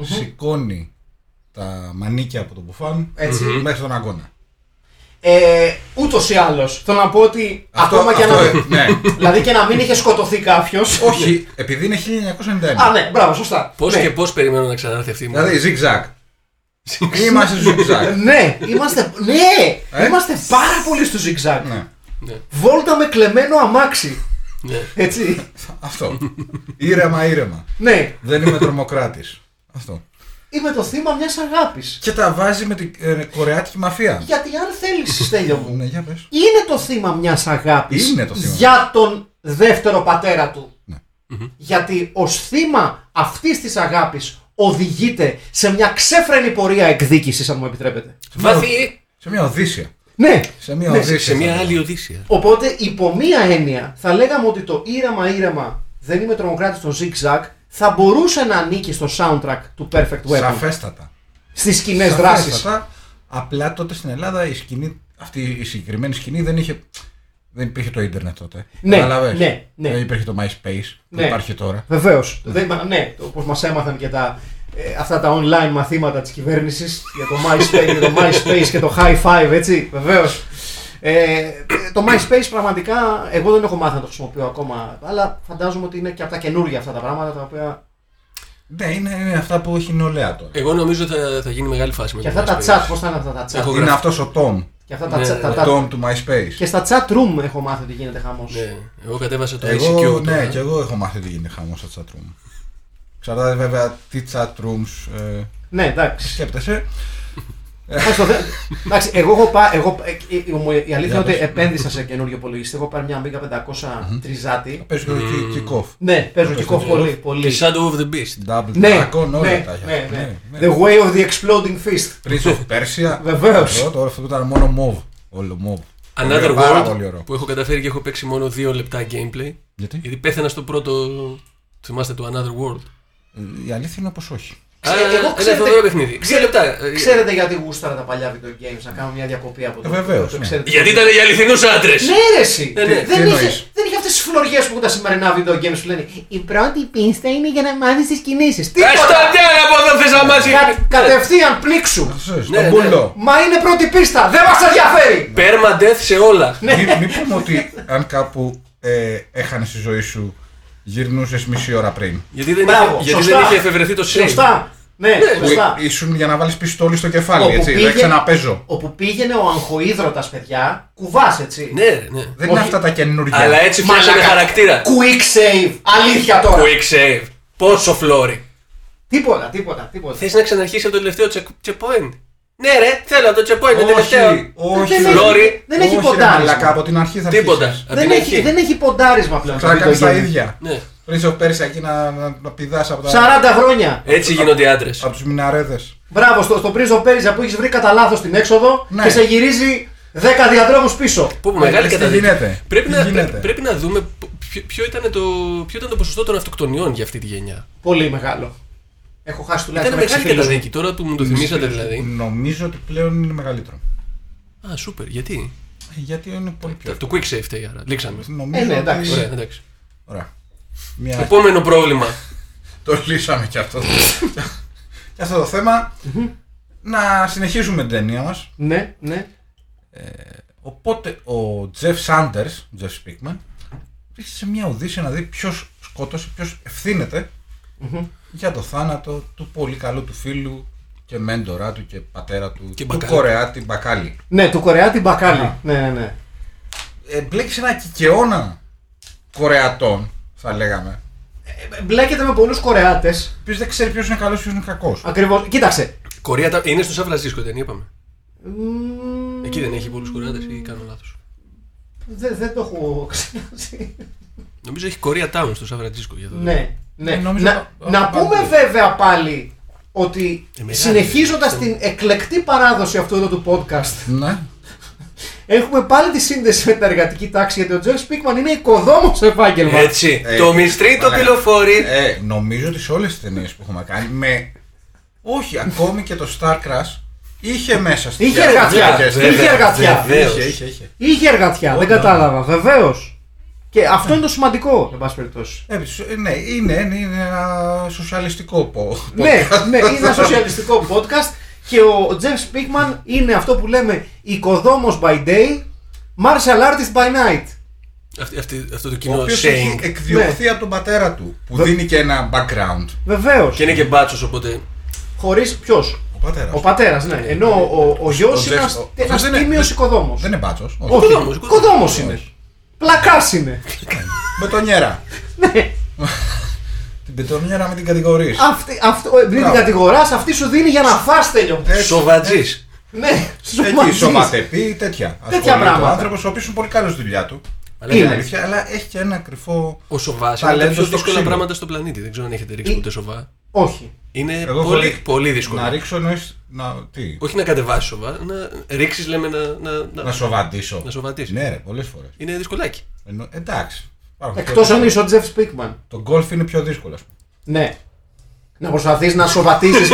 B: 1991, σηκώνει τα μανίκια από τον Μπουφάν
A: Έτσι.
B: μέχρι τον αγώνα.
A: Ε, Ούτως ή άλλως, θέλω να πω ότι ακόμα και
B: αυτό,
A: να.
B: ε, ναι.
A: δηλαδή και να μην είχε σκοτωθεί κάποιος.
B: Όχι, επειδή είναι 1991.
A: Α, ναι, μπράβο, σωστά.
C: Πώς
A: ναι.
C: και πώς περιμένω να ξανάρθει αυτή η μέρα.
B: Δηλαδή, zigzag. Είμαστε στο
A: Ε,
B: zigzag.
A: Ναι, είμαστε, ναι,
B: Ε.
A: είμαστε πάρα πολύ στο zigzag.
B: ναι,
A: Βόλτα με κλεμμένο αμάξι.
C: Ναι.
A: Έτσι.
B: αυτό. ήρεμα, ήρεμα.
A: ναι,
B: Δεν είμαι τρομοκράτης. Αυτό.
A: είμαι το θύμα μιας αγάπης.
B: Και τα βάζει με την ε, κορεάτικη μαφία.
A: Γιατί αν θέλεις, Στέλιο μου,
B: Ναι, για πες.
A: είναι το θύμα μιας αγάπης
B: Είναι το θύμα.
A: για τον δεύτερο πατέρα του.
B: Ναι.
A: Γιατί ως θύμα αυτής της αγάπης οδηγείται σε μια ξέφρενη πορεία εκδίκησης, αν μου επιτρέπετε.
C: Βαθύ
B: Σε μια Οδύσσια.
A: Ναι.
B: Σε μια
A: Ναι,
B: Οδύσσια.
C: σε μια άλλη Οδύσσια.
A: Οπότε, υπό μία έννοια, θα λέγαμε ότι το ήρεμα ήρεμα δεν είμαι τρομοκράτης στο Zig Zag θα μπορούσε να ανήκει στο soundtrack του Perfect Weapon.
B: Σαφέστατα.
A: Στις κοινέ
B: Σαφέστατα.
A: δράσει.
B: Απλά τότε στην Ελλάδα η σκηνή, αυτή η συγκεκριμένη σκηνή δεν είχε. Δεν υπήρχε το ίντερνετ τότε.
A: Ναι,
B: Καταλάβες.
A: ναι, ναι.
B: Δεν υπήρχε το MySpace που
A: Ναι.
B: υπάρχει τώρα.
A: Βεβαίως. Ναι, όπως μας έμαθαν και τα, ε, αυτά τα online μαθήματα της κυβέρνησης για το MySpace, για το MySpace και το High Five, έτσι. Βεβαίως. Ε, το MySpace πραγματικά εγώ δεν έχω μάθει να το χρησιμοποιώ ακόμα, αλλά φαντάζομαι ότι είναι και από τα καινούργια αυτά τα πράγματα τα οποία.
B: Ναι, είναι, είναι αυτά που έχει η νεολαία τώρα.
C: Εγώ νομίζω θα, θα γίνει μεγάλη φάση με
A: Και
C: το
A: αυτά τα
C: MySpace.
A: chat, πώς θα είναι αυτά τα
C: Έχω
A: chat.
B: Είναι
C: γράφει.
B: αυτός ο Tom.
A: Και αυτά τα
C: Ναι,
A: chat- τα-
C: ναι.
A: τα-
B: Ο Tom του MySpace.
A: Και στα chat room έχω μάθει ότι γίνεται χαμός.
C: Ναι. Εγώ κατέβασα το
B: Εγώ,
C: ICQ.
B: ναι,
C: τώρα.
B: και εγώ έχω μάθει ότι γίνεται χαμός στα chat room. Ξαρτάται βέβαια τι chat rooms ε,
A: Ναι, εντάξει.
B: σκέπτεσαι.
A: Εντάξει, το θε- εντάξει, εγώ έχω πάει. Εγώ, ε, ε, η- η- η αλήθεια είναι ότι
B: πες.
A: επένδυσα σε καινούριο υπολογιστή. Έχω πάρει μια Amiga 500 τριζάτη.
B: Παίζεις και kick-off.
A: Ναι, παίζω και κόφ πολύ. πολύ.
C: Και Shadow of the Beast.
B: Double
A: Ναι,
B: Dragon, όλα
A: ναι,
B: τα έχει.
A: ναι, ναι.
B: Ναι, ναι.
A: The way of the exploding fist.
B: Prince of Persia.
A: Βεβαίως.
B: Εδώ, Τώρα αυτό που ήταν μόνο μοβ. Όλο μοβ.
C: Another
B: Ωραίο, Πάρα πολύ
C: World
B: ωραίο.
C: που έχω καταφέρει και έχω παίξει μόνο δύο λεπτά gameplay.
B: Γιατί
C: Γιατί πέθανα στο πρώτο. Θυμάστε το Another World.
B: ε, η αλήθεια είναι πως όχι.
C: Α,
A: εγώ
C: Ένα
A: ξέρετε-
C: φοβερό παιχνίδι. Δύο λεπτά. Ε,
A: Ξέρετε γιατί γούσταρα τα παλιά video games, να κάνω μια διακοπή από το.
B: Ε, βεβαίως,
A: το
B: ναι.
A: ξέρετε.
C: Γιατί ήταν για αληθινούς άντρες.
A: Ναι, ρε, εσύ.
C: Ε, ναι.
A: Δεν,
B: Τι
A: είχε,
B: εννοείς?
A: δεν είχε αυτές τις φλωριές που έχουν τα σημερινά video games που λένε Η πρώτη πίστα είναι για να μάθεις τις κινήσεις.
C: Καστά
A: Ναι, Τίποτα!
C: από εδώ θες να μάθεις.
A: Κα- Κατευθείαν πλήξου.
B: Ξέρεις,
C: Ναι,
B: τον
C: ναι.
B: πουλό.
A: Μα είναι πρώτη πίστα, δεν μας ενδιαφέρει!
C: Πέρμα death σε όλα.
A: Ναι.
B: Μην Ναι. μη πούμε ότι αν κάπου ε, έχανε τη ζωή σου γυρνούσες μισή ώρα πριν.
C: Γιατί δεν,
A: Μπράβο,
C: είχε, γιατί
A: σωστά.
C: δεν είχε εφευρεθεί το save.
A: Σωστά. Ναι,
B: Που
A: σωστά.
B: ε, ήσουν για να βάλεις πιστόλι στο κεφάλι,
A: Όπου
B: έτσι.
A: πήγε-
B: Δεν ξαναπέζω.
A: Όπου πήγαινε ο αγχοίδρωτας παιδιά, κουβάς έτσι.
C: Ναι, ρε, ναι.
B: Δεν
A: Όχι.
B: είναι αυτά τα καινούργια.
C: Αλλά έτσι φτιάξαμε
A: Μαλάκα.
C: χαρακτήρα.
A: Quick save. Αλήθεια τώρα.
C: Quick save. Πόσο φλόρι.
A: Τίποτα, τίποτα, τίποτα.
C: Θες να ξαναρχίσει από το τελευταίο check- checkpoint. Ναι, ρε, θέλω το checkpoint, το
B: Όχι,
C: τελευταίο.
B: όχι.
A: δεν, έχει,
C: Φλόρι,
A: δεν έχει
B: όχι, ρε μαλάκα,
A: ποντάρισμα.
B: από την αρχή θα
C: Τίποτα.
B: αρχίσεις.
C: Απ'
A: Δεν
C: την
A: έχει,
C: αρχή.
A: δεν έχει ποντάρισμα πλέον. το
B: Ξανακάνεις
A: video
B: τα
A: game.
B: ίδια.
C: Ναι.
B: Prince of Persia εκεί να, να, να πηδάς από, τα,
A: 40 χρόνια.
C: Έτσι γίνονται οι άντρες.
B: από τους μιναρέδες.
A: Μπράβο, στο, στο Prince of Persia που έχεις βρει κατά λάθος την έξοδο
B: Ναι.
A: και σε γυρίζει 10 διαδρόμους πίσω.
C: Πού
B: Ναι,
C: μεγάλη
B: λες, τι
C: καταδίκη.
B: γίνεται.
C: Πρέπει,
B: Τι
C: να,
B: γίνεται.
C: πρέπει, πρέπει να δούμε πο- ποιο, ποιο ήταν το, ποιο ήταν το ποσοστό των αυτοκτονιών για αυτή τη γενιά.
A: Πολύ μεγάλο. Έχω χάσει τουλάχιστον
C: Ήταν
A: έξι
C: μεγάλη
A: φίλους μου.
C: καταδίκη. Τώρα που μου το θυμήσατε δηλαδή.
B: Νομίζω ότι πλέον είναι μεγαλύτερο.
C: Α, σούπερ. Γιατί.
B: Ε, Γιατί είναι πολύ πιο
C: Το, το quick save φταίει άρα. Λήξαμε.
B: εύκολο. Νομίζω
A: Ε, ναι,
B: ότι-
A: εντάξει.
C: Ωραία, Ε, εντάξει.
B: Ωραία. Μια-
C: Επόμενο πρόβλημα.
B: Το λύσαμε και αυτό. και αυτό το θέμα. να συνεχίσουμε την ταινία μας.
A: Ναι, ναι.
B: Οπότε ο Τζεφ Σάντερς, Τζεφ Σπίκμαν, βρίσκεται σε μια οδύση να δει ποιος σκότωσε, ποιος ευθύνεται για το θάνατο του πολύ καλού του φίλου και μέντορά του και πατέρα του,
C: Και
B: του
C: Μπακάλι.
B: Κορεάτη Μπακάλι.
A: Ναι, του Κορεάτη Μπακάλι.
B: Α.
A: Ναι, ναι, ναι.
B: Ε, μπλέκεις σε ένα κικαιώνα Κορεατών, θα λέγαμε.
A: Ε, Μπλέκεται με πολλούς Κορεάτες.
B: Ποιος δεν ξέρει ποιος είναι καλός και ποιος είναι κακός.
A: Ακριβώς. Κοίταξε.
C: Κορία τα- είναι στο Σαν Φρανσίσκο, δεν είπαμε.
A: Μμμ,
C: Εκεί δεν έχει πολλούς κορεάτες ή κάνω λάθος.
A: δεν- δεν το έχω ξεχάσει.
C: Νομίζω έχει Κορία Town στο Σαν Φρανσίσκο για το.
A: Ναι, ναι.
B: Ε, νομίζω
A: να,
B: πα-
A: να
B: πα-
A: πούμε
B: παντού.
A: βέβαια πάλι ότι
C: Ε, μεγάλη
A: συνεχίζοντας
C: είναι.
A: την εκλεκτή παράδοση αυτού εδώ του podcast
B: Ναι.
A: έχουμε πάλι τη σύνδεση με την εργατική τάξη γιατί ο Τζέρι Σπίκμαν είναι οικοδόμος σε επάγγελμα.
C: Έτσι.
B: Ε,
C: το μυστρή το
B: μαλάκα.
C: πυλοφορεί.
B: Ε, νομίζω ότι σε όλες τις ταινίες που έχουμε κάνει, με. Όχι, ακόμη και το Star Crash είχε μέσα στην
A: Είχε εργατιά, είχε εργατιά,
C: βεβαίως.
B: Είχε, είχε, είχε.
A: Είχε εργατιά, δεν
B: Όντως.
A: κατάλαβα, βεβαίως. Και αυτό είναι το σημαντικό, εν πάση περιπτώσει.
B: Ε, σ- ναι, είναι, είναι, είναι ένα σοσιαλιστικό πω.
A: ναι, ναι, είναι ένα σοσιαλιστικό podcast και ο Τζεφ Σπίκμαν είναι αυτό που λέμε οικοδόμος by day, martial artist by night.
C: Αυτή, αυτή, αυτό το
B: Ο
C: κοινό
B: οποίος
C: shaming.
B: έχει εκδιωχθεί από τον πατέρα του, που δίνει και ένα background.
A: Βεβαίως.
C: Και είναι και μπάτσος, οπότε.
A: Χωρίς ποιος.
B: Ο πατέρας.
A: Ο πατέρας, ναι. Ενώ ο, ο γιος
B: Ο
A: είναι
B: Τζεφ- ο-
A: ένα
B: αυτός δεν είναι-
A: τίμιος οικοδόμος.
B: Δεν είναι μπάτσος.
A: Όχι,
C: Οικοδόμος,
A: οικοδόμος
C: οικοδόμος.
A: είναι. Πλακάς είναι.
B: Μπετονιέρα.
A: Ναι.
B: Την μπετονιέρα με την κατηγορείς.
A: Αυτή, αυτό, επειδή την
B: Μπράβο. Ε,
A: κατηγοράς, αυτή σου δίνει για να φας τέλειο.
C: Σοβατζή.
A: Ναι,
B: Έχει
A: σωματίζεις.
B: σωματεπή, τέτοια.
A: πράγματα.
B: Ο άνθρωπος ο οποίος είναι πολύ καλός στη δουλειά του.
A: Είναι.
B: Είναι αλήθεια, αλλά έχει και ένα κρυφό.
C: Ο σοβάς είναι από
B: Ταλέντο
C: τα πιο
B: στο
C: δύσκολα
B: ξύλο.
C: πράγματα στον πλανήτη. Δεν ξέρω αν έχετε ρίξει
A: Ε,
C: ποτέ σοβά.
A: Όχι.
C: Είναι
B: Εγώ έχω
C: πολύ,
B: ρίξει.
C: πολύ δύσκολο.
B: Να ρίξω εννοείς. Να, τι,
C: Όχι να κατεβάσει σοβά, να ρίξεις λέμε να. να, να...
B: να σοβαντήσω.
C: Να σοβατήσεις.
B: Ναι, ρε, πολλές φορές.
C: Είναι δυσκολάκι.
B: Εντάξει. Υπάρχουν
A: Εκτός
B: πιο
A: αν
B: δύσκολα.
A: είσαι ο Τζεφ Σπίκμαν.
B: Το γκολφ είναι πιο δύσκολο, ας πούμε.
A: Ναι. Να προσπαθείς να σοβατίσει.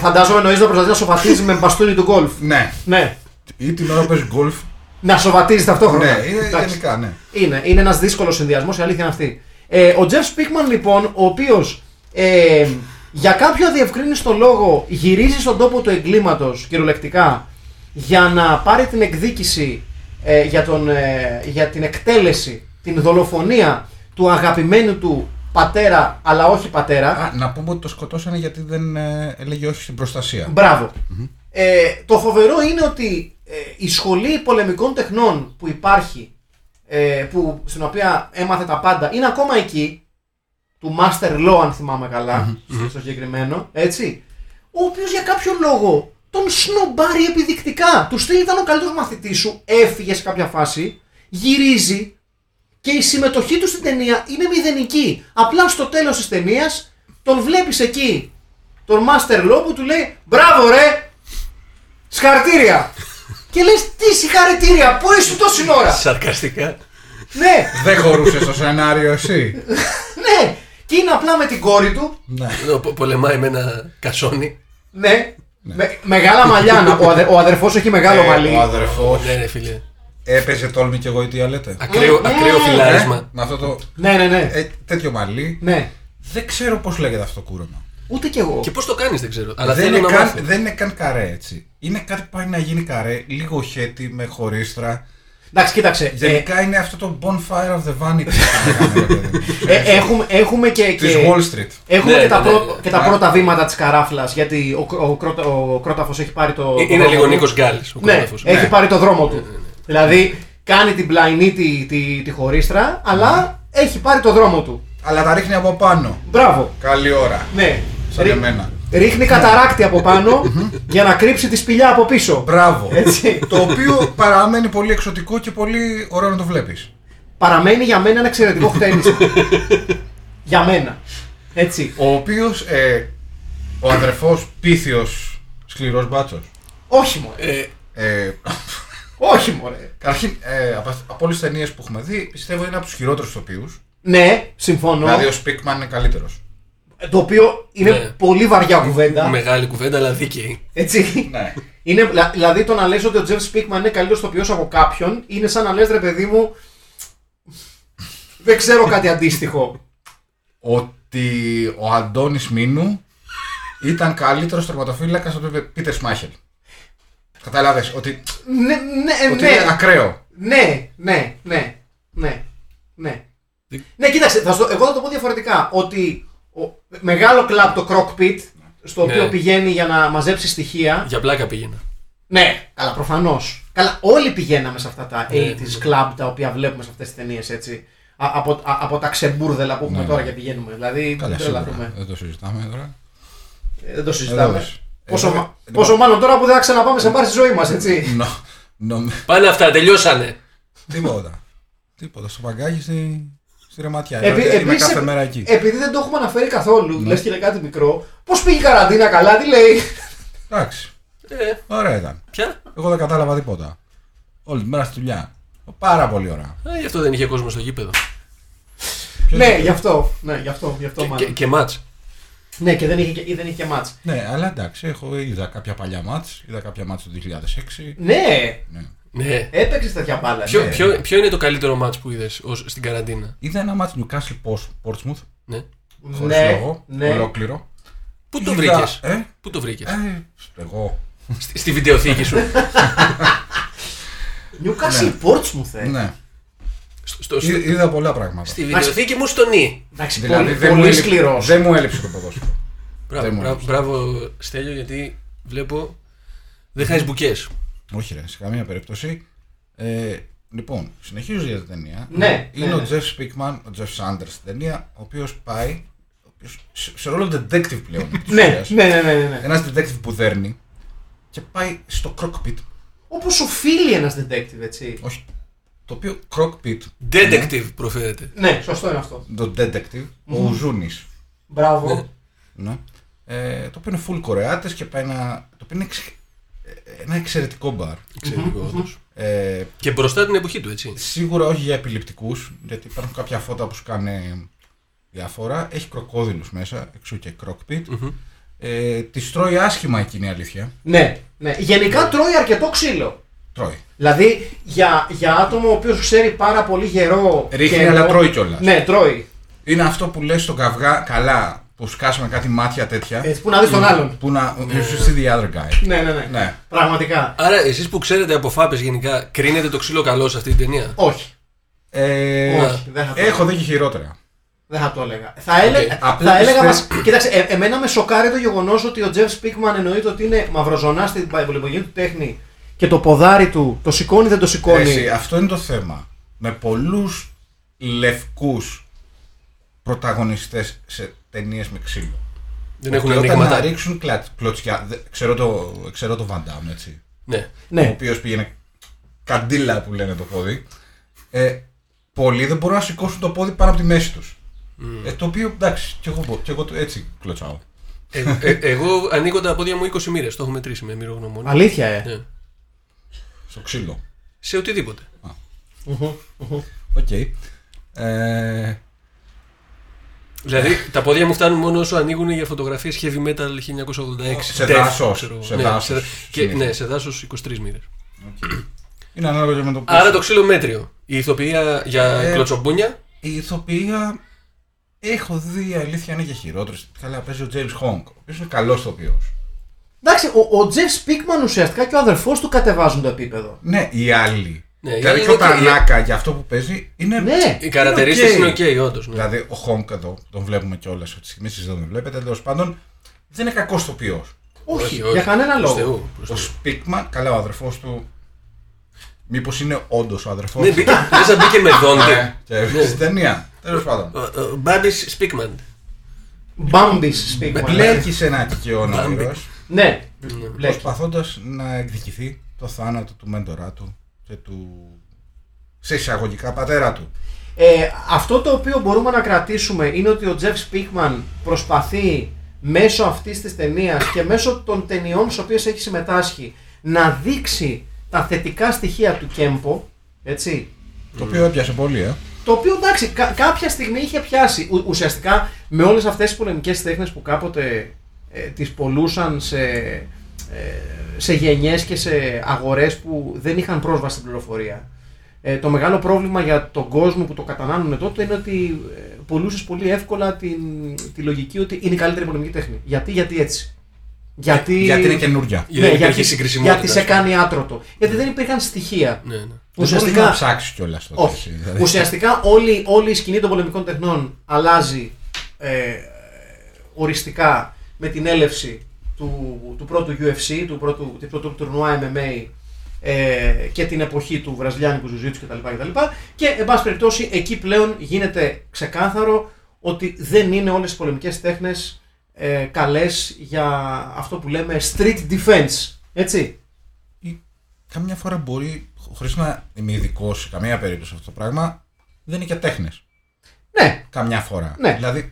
A: Φαντάζομαι εννοείς να προσπαθείς να σοβατίζει με μπαστούνι του γκολφ.
B: Ναι.
A: Ναι.
B: Ή την ώρα που παίζεις γκολφ.
A: Να σοβατίζει ταυτόχρονα.
B: Ναι, είναι
A: Εντάξει.
B: γενικά, ναι.
A: Είναι, είναι ένας δύσκολος συνδυασμός, η αλήθεια είναι αυτή. Ε, ο Τζεφ Σπίκμαν, λοιπόν, ο οποίος ε, για κάποιο αδιευκρίνηστο λόγο γυρίζει στον τόπο του εγκλήματος κυριολεκτικά για να πάρει την εκδίκηση ε, για, τον, ε, για την εκτέλεση, την δολοφονία του αγαπημένου του πατέρα, αλλά όχι πατέρα.
B: Α, να πούμε ότι το σκοτώσανε γιατί δεν ε, έλεγε όχι στην προστασία.
A: Μπράβο. Ε, το φοβερό είναι ότι ε, η σχολή πολεμικών τεχνών που υπάρχει, ε, που, στην οποία έμαθε τα πάντα, είναι ακόμα εκεί, του Master Law αν θυμάμαι καλά, στο συγκεκριμένο, έτσι, ο οποίος για κάποιο λόγο τον σνομπάρει επιδεικτικά. Τους στυλ ήταν ο καλύτερος μαθητής σου, έφυγε σε κάποια φάση, γυρίζει και η συμμετοχή του στην ταινία είναι μηδενική. Απλά στο τέλος της ταινίας τον βλέπεις εκεί τον Master Law που του λέει Μπράβο ρε! Συγχαρητήρια! και λες τι συγχαρητήρια, πού ήσουν τόση ώρα!
C: Σαρκαστικά.
A: ναι,
B: δεν χωρούσες στο σενάριο, εσύ.
A: ναι! Και είναι απλά με την κόρη του,
B: ναι.
C: Εδώ πο- Πολεμάει με ένα κασόνι.
A: ναι, με- μεγάλα μαλλιά, να- ο, αδε, ο αδερφός έχει μεγάλο
B: Ε,
A: μαλλί.
B: Ο αδερφός
C: Ναι, ρε φίλε.
B: έπαιζε τόλμη και εγώ ή τι λέτε.
C: Ακραίο, ακραίο
B: Ε,
C: φυλάρισμα.
B: με αυτό το.
A: ναι, ναι, ναι,
B: ε, τέτοιο μαλλί.
A: ναι.
B: Δεν ξέρω πώς λέγεται αυτό το κούρεμα.
A: Ούτε κι εγώ.
C: Και πώς το κάνεις, δεν ξέρω. Αλλά
B: δεν,
C: θέλω
B: είναι
C: να
B: καν,
C: μάθω.
B: δεν είναι καν καρέ έτσι. Είναι κάτι που πάει να γίνει καρέ, λίγο χέτι με χωρίστρα.
A: Εντάξει, κοίταξε. ε,
B: Γενικά είναι αυτό το bonfire of the vanity.
A: ε, έχουμε, έχουμε και...
B: Της
A: και...
B: Wall Street.
A: Έχουμε
C: Ναι,
A: και, τα
C: ναι,
A: πρω-
C: ναι.
A: και τα
B: Α.
A: πρώτα βήματα της καράφλας γιατί ο, ο, Κρότα- ο Κρόταφος έχει πάρει το.
C: Ε,
A: το
C: Είναι
A: δρόμο
C: λίγο
A: του.
C: Νίκος Γκάλης.
A: Ναι, έχει πάρει το δρόμο
C: Ναι,
A: του. Δηλαδή κάνει την πλαϊνή τη, τη, τη χωρίστρα, αλλά
C: Ναι.
A: έχει πάρει το δρόμο του.
B: Αλλά τα ρίχνει από πάνω.
A: Μπράβο.
B: Καλή ώρα.
A: Ναι.
B: Σαν
A: Ρί-
B: εμένα.
A: Ρίχνει καταράκτη από πάνω για να κρύψει τη σπηλιά από πίσω.
B: Μπράβο.
A: Έτσι.
B: το οποίο παραμένει πολύ εξωτικό και πολύ ωραίο να το βλέπεις.
A: Παραμένει για μένα ένα εξαιρετικό χτένισμα. για μένα. Έτσι.
B: Ο οποίος. Ε, ο αδερφός πίθιος σκληρός μπάτσος.
A: Όχι μωρέ.
C: Ναι.
B: Ε,
A: Όχι μωρέ.
B: καταρχήν, ε, από, από όλες τις ταινίες που έχουμε δει, πιστεύω είναι από τους χειρότερους ηθοποιούς.
A: Ναι, συμφωνώ.
B: Δηλαδή, ο Σπίκμαν είναι καλύτερος.
A: Το οποίο είναι
C: Ναι.
A: πολύ βαριά κουβέντα.
C: Ε, Μεγάλη κουβέντα, αλλά δίκαιη.
A: Έτσι.
B: Ναι.
A: Είναι, δηλα- δηλαδή το να λες ότι ο Τζεφ Σπίκμαν είναι καλύτερος ποιό από κάποιον είναι σαν να λες ρε παιδί μου δεν ξέρω κάτι αντίστοιχο.
B: Ότι ο Αντώνης Μίνου ήταν καλύτερος τερματοφύλακας από τον Πίτερ Σμάχελ. Κατάλαβε ότι,
A: Ναι, ναι,
B: ότι
A: ναι,
B: είναι ακραίο.
A: ναι, ναι, ναι, ναι, ναι. Ναι, κοίταξε, θα στο- εγώ θα το πω διαφορετικά. Ότι ο, μεγάλο κλαμπ το Crockpit, στο
C: Ναι.
A: οποίο πηγαίνει για να μαζέψει στοιχεία.
C: Για πλάκα πήγαινα.
A: Ναι, καλά, προφανώς. Καλά, όλοι πηγαίναμε σε αυτά τα
C: Ναι,
A: 80s club τα οποία βλέπουμε σε αυτές τις ταινίες, έτσι. Α- από, α- από τα ξεμπούρδελα που έχουμε
B: Ναι,
A: τώρα
B: ναι.
A: και πηγαίνουμε. Δηλαδή,
B: Καλά,
A: δεν
B: σίγουρα.
A: τρελαθούμε.
B: Δεν το συζητάμε τώρα.
A: Ε, Δεν το συζητάμε.
B: Εδώ,
A: Πόσο,
B: εδώ,
A: μα-
B: λοιπόν.
A: πόσο μάλλον τώρα που δεν θα ξαναπάμε σε μπαρ στη ζωή μας, έτσι.
B: Νο, νομι-
C: Πάνε αυτά, τελειώσανε.
B: τίποτα. τίποτα. Στο παγκάκι στη, στη ρεματιά.
A: Επει-
B: Ναι, Είμαι
A: επίσης, Ε-
B: κάθε
A: επει-
B: μέρα εκεί. Ναι.
A: Επειδή δεν το έχουμε αναφέρει καθόλου, λες και είναι κάτι μικρό, πώς πήγε η καραντίνα καλά, τι λέει.
B: Εντάξει.
C: Ε,
B: Ωραία ήταν.
C: πια.
B: Εγώ δεν κατάλαβα τίποτα. Όλη τη μέρα στη δουλειά. Πάρα πολύ ωραία.
C: Α, Ε, γι' αυτό δεν είχε κόσμο στο γήπεδο.
B: Ποιος
A: ναι,
B: είναι?
A: γι' αυτό. Ναι, γι' αυτό, γι' αυτό
C: Και,
A: μάλλον.
C: και, και μάτς.
A: Ναι, και δεν είχε, και- δεν είχε και μάτς.
B: Ναι, αλλά εντάξει, έχω, είδα κάποια παλιά μάτς, είδα κάποια μάτς του 2006.
A: Ναι,
B: Ε,
C: Ναι.
A: έπαιξες τέτοια μπάλα.
C: Ποιο,
A: ναι.
C: ποιο, ποιο είναι το καλύτερο μάτς που είδες στην καραντίνα.
B: Είδα ένα μάτς Newcastle Ports- Portsmouth,
C: Ναι.
B: χωρίς λόγο,
A: ναι.
B: ολόκληρο.
C: Πού το
B: Είδα,
C: βρήκες.
B: Ε,
C: Πού το βρήκες.
B: ε, εγώ.
C: Στη, στη βιντεοθήκη σου.
A: Newcastle ε. Ports μου θέλει.
B: Ναι.
C: στο, στο-
B: Εί- Είδα πολλά πράγματα.
C: στη βιντεοθήκη μου στο νι.
A: Εντάξει,
B: Δηλαδή
A: πολύ,
B: δεν,
A: πολύ
B: μου έλειπε-
A: σκληρός.
B: δεν μου έλειψε το ποδόσφαιρο.
C: Μπράβο,
B: Δεν μου
C: μπράβο,
B: άρεσε.
C: μπράβο, Στέλιο, γιατί βλέπω. Δεν χάνει μπουκές.
B: Όχι, ρε, σε καμία περίπτωση. Ε, λοιπόν, συνεχίζω για την ταινία. Ε,
A: Ναι,
B: Είναι
A: ναι,
B: ο
A: ναι.
B: Τζεφ Σπίκμαν, ο Τζεφ Σάντερ στην ταινία, ο οποίος πάει. ο οποίος σε- σε ρόλο detective πλέον.
A: Ναι, ναι, ναι, ναι, ναι, ναι.
B: Ένας detective που δέρνει και πάει στο crockpit.
A: Όπως οφείλει ένας detective, έτσι.
B: Όχι. Το οποίο crockpit.
C: Detective προφέρεται.
A: Ναι, σωστό είναι αυτό.
B: είναι Το detective, ο Ουζούνης
A: Μπράβο.
B: Ναι. Ε, το οποίο είναι full Κορεάτες και πάει ένα. Το οποίο είναι εξ- ε, ένα εξαιρετικό μπαρ.
C: Εξαιρετικό όντως.
B: Ε,
C: Και μπροστά την εποχή του, έτσι.
B: σίγουρα όχι για επιληπτικούς, γιατί υπάρχουν κάποια φώτα που σου κάνουν διαφορά. Έχει κροκόδηλους μέσα, εξού και κρόκπιτ. Ε, τη τρώει άσχημα εκείνη η αλήθεια.
A: Ναι, ναι. Γενικά τρώει αρκετό ξύλο.
B: Τρώει.
A: Δηλαδή για, για άτομο ο οποίος ξέρει πάρα πολύ γερό.
B: Ρίχνει,
A: καιρό-
B: αλλά τρώει κιόλας.
A: Ναι, τρώει.
B: Είναι αυτό που λες στον καυγά, καλά, που σκάσαμε κάτι μάτια τέτοια.
A: Έτσι, που να δεις τον άλλον.
B: Που να. You see the other guy.
A: Ναι, ναι, ναι.
B: Ναι.
A: Πραγματικά.
C: Άρα, εσείς που ξέρετε από φάπες γενικά, κρίνετε το ξύλο καλό σε αυτή την ταινία.
A: Όχι.
B: Ε,
A: Όχι, δεν θα το
B: έχω δει και χειρότερα.
A: Δεν θα το έλεγα. Θα, έλε...
C: Οκ,
B: απλά
A: θα έλεγα μας...
B: πιστεύω-
A: Κοίταξε, ε, εμένα με σοκάρει το γεγονός ότι ο Τζεφ Σπίκμαν εννοείται ότι είναι μαυροζωνά στην πολυπογενή του τέχνη και το ποδάρι του το σηκώνει, δεν το σηκώνει.
B: Ε, Εσύ, αυτό είναι το θέμα. Με πολλούς λευκούς πρωταγωνιστές σε ταινίες με ξύλο.
C: Δεν έχουν
B: Ε, Και όταν να
C: ανοίγματα.
B: ρίξουν κλατ, κλωτσιά. δε- Ξέρω το, ξέρω το Van Damme, έτσι.
C: Ναι.
B: Ο
A: Ναι.
B: οποίος πήγαινε καντήλα που λένε το πόδι. Ε, πολλοί δεν μπορούν να σηκώσουν το πόδι πάνω από τη μέση τους. Ε, το οποίο εντάξει, και εγώ, μπο- κι εγώ το- έτσι κλωτσάω.
C: Ε, ε, εγώ ανοίγω τα πόδια μου 20 μοίρες. Το έχω μετρήσει με μυρογνωμόνη.
A: Αλήθεια, ε.
C: Ναι.
B: Στο ξύλο.
C: Σε οτιδήποτε.
B: Οκ. Ε,
C: Δηλαδή, τα πόδια μου φτάνουν μόνο όσο ανοίγουν για φωτογραφίες heavy metal 1986.
B: Σε
C: Death,
B: δάσος,
C: ξέρω.
B: σε
C: ναι,
B: δάσος, Ναι.
C: και,
B: συνήθως.
C: ναι, σε δάσος 23 μοίρε.
B: είναι ανάλογα και με το
C: Άρα
B: πώς-
C: το ξύλο μέτριο. Η ηθοποιία για
B: Ε,
C: κλωτσομπούνια.
B: Η ηθοποιία έχω δει η αλήθεια είναι και χειρότερη. Καλά, παίζει ο James Hong, ο οποίος είναι καλός ηθοποιός.
A: Εντάξει, ο, ο Τζεφ Σπίκμαν ουσιαστικά και ο αδερφός του κατεβάζουν το επίπεδο.
B: Ναι, οι άλλοι.
C: Ναι, οι άλλοι
B: δηλαδή και
C: είναι
B: ο
C: οκ, οι-
B: Τανάκα για αυτό που παίζει είναι.
A: Ναι.
C: Οι καρατερίστες είναι οκ,
B: οκ.
C: όντως. Ναι.
B: Δηλαδή ο Χόγκ εδώ, τον βλέπουμε κιόλας αυτή τη στιγμής, εσείς δεν τον βλέπετε. Τέλος πάντων, δεν είναι κακός ηθοποιό.
A: Όχι, για κανένα
C: Προς
A: λόγο.
C: Θεού, προς
B: Ο
C: Θεού.
B: Σπίκμαν, καλά, ο αδερφός του. Μήπως είναι όντως ο αδερφός
C: Ναι,
B: του.
C: μπήκε, λες να μπήκε με δόντι.
B: Ναι,
A: Ναι.
C: Ναι.
B: Και στην ταινία. Τέλος πάντων.
C: Μπάμπης Σπίκμαν.
A: Μπάμπι Σπίκμαν.
B: Μπλέκει σε ένα κυκαιώνα
C: Μπάμπι.
B: ήρωας,
A: Ναι. Μπλέκεις.
B: προσπαθώντας να εκδικηθεί το θάνατο του μέντορά του και του. σε εισαγωγικά πατέρα του.
A: Ε, αυτό το οποίο μπορούμε να κρατήσουμε είναι ότι ο Τζεφ Σπίκμαν προσπαθεί μέσω αυτής της ταινίας και μέσω των ταινιών στις οποίες έχει συμμετάσχει να δείξει τα θετικά στοιχεία του Κέμπο, έτσι, Mm.
B: Το οποίο έπιασε πολύ, ε.
A: το οποίο εντάξει, κα- κάποια στιγμή είχε πιάσει. Ου- ουσιαστικά με όλες αυτές τις πολεμικές τέχνες που κάποτε ε, τις πολλούσαν σε, ε, σε γενιές και σε αγορές που δεν είχαν πρόσβαση στην πληροφορία. Ε, το μεγάλο πρόβλημα για τον κόσμο που το κατανάλωνε τότε είναι ότι ε, πολλούσες πολύ εύκολα την, τη λογική ότι είναι η καλύτερη πολεμική τέχνη. Γιατί, γιατί έτσι. Γιατί, Ναι,
B: Γιατί είναι καινούργια.
C: Ε, Γιατί δεν υπήρχε
A: γιατί-
C: συγκρισιμότητα.
A: γιατί σε κάνει άτρωτο. Γιατί δεν υπήρχαν στοιχεία.
C: Ναι, ναι.
B: Δεν μπορείς να ψάξεις κιόλας τότε.
A: Όχι.
B: εσύ, δηλαδή.
A: Ουσιαστικά όλη, όλη η σκηνή των πολεμικών τεχνών αλλάζει ε, οριστικά με την έλευση του, του πρώτου UFC, του πρώτου, του πρώτου τουρνουά MMA ε, και την εποχή του βραζιλιάνικου ζουζίτσου κτλ. κτλ. Και, εν πάση περιπτώσει, εκεί πλέον γίνεται ξεκάθαρο ότι δεν είναι όλες οι πολεμικές τέχνες ε, καλές για αυτό που λέμε street defense. Έτσι.
B: Ή Καμιά φορά μπορεί, χωρίς να είμαι ειδικός σε καμία περίπτωση αυτό το πράγμα, δεν είναι και τέχνες.
A: Ναι,
B: Καμιά φορά.
A: Ναι.
B: Δηλαδή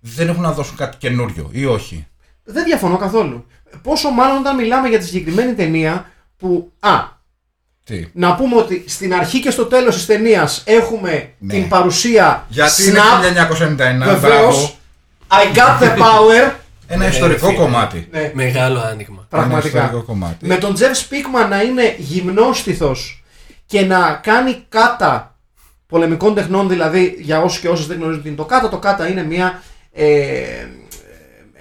B: δεν έχουν να δώσουν κάτι καινούριο ή όχι.
A: Δεν διαφωνώ καθόλου. Πόσο μάλλον όταν μιλάμε για τη συγκεκριμένη ταινία που. Α,
B: Τι.
A: να πούμε ότι στην αρχή και στο τέλος της ταινίας έχουμε
B: Ναι.
A: την παρουσία.
B: Γιατί
A: Snap,
B: είναι 1991,
A: βεβαίως.
B: μπράβο.
A: I got the power.
B: Ένα
C: Ναι,
B: ιστορικό
C: φίλε.
B: κομμάτι.
A: ναι,
C: Μεγάλο άνοιγμα.
B: Ένα
A: πραγματικά. Ναι.
B: ιστορικό κομμάτι.
A: Με τον Τζεφ Σπίκμαν να είναι γυμνόστιθος και να κάνει κάτα πολεμικών τεχνών, δηλαδή για όσους και όσες δεν γνωρίζουν τι είναι το κάτα, το κάτα είναι μια ε,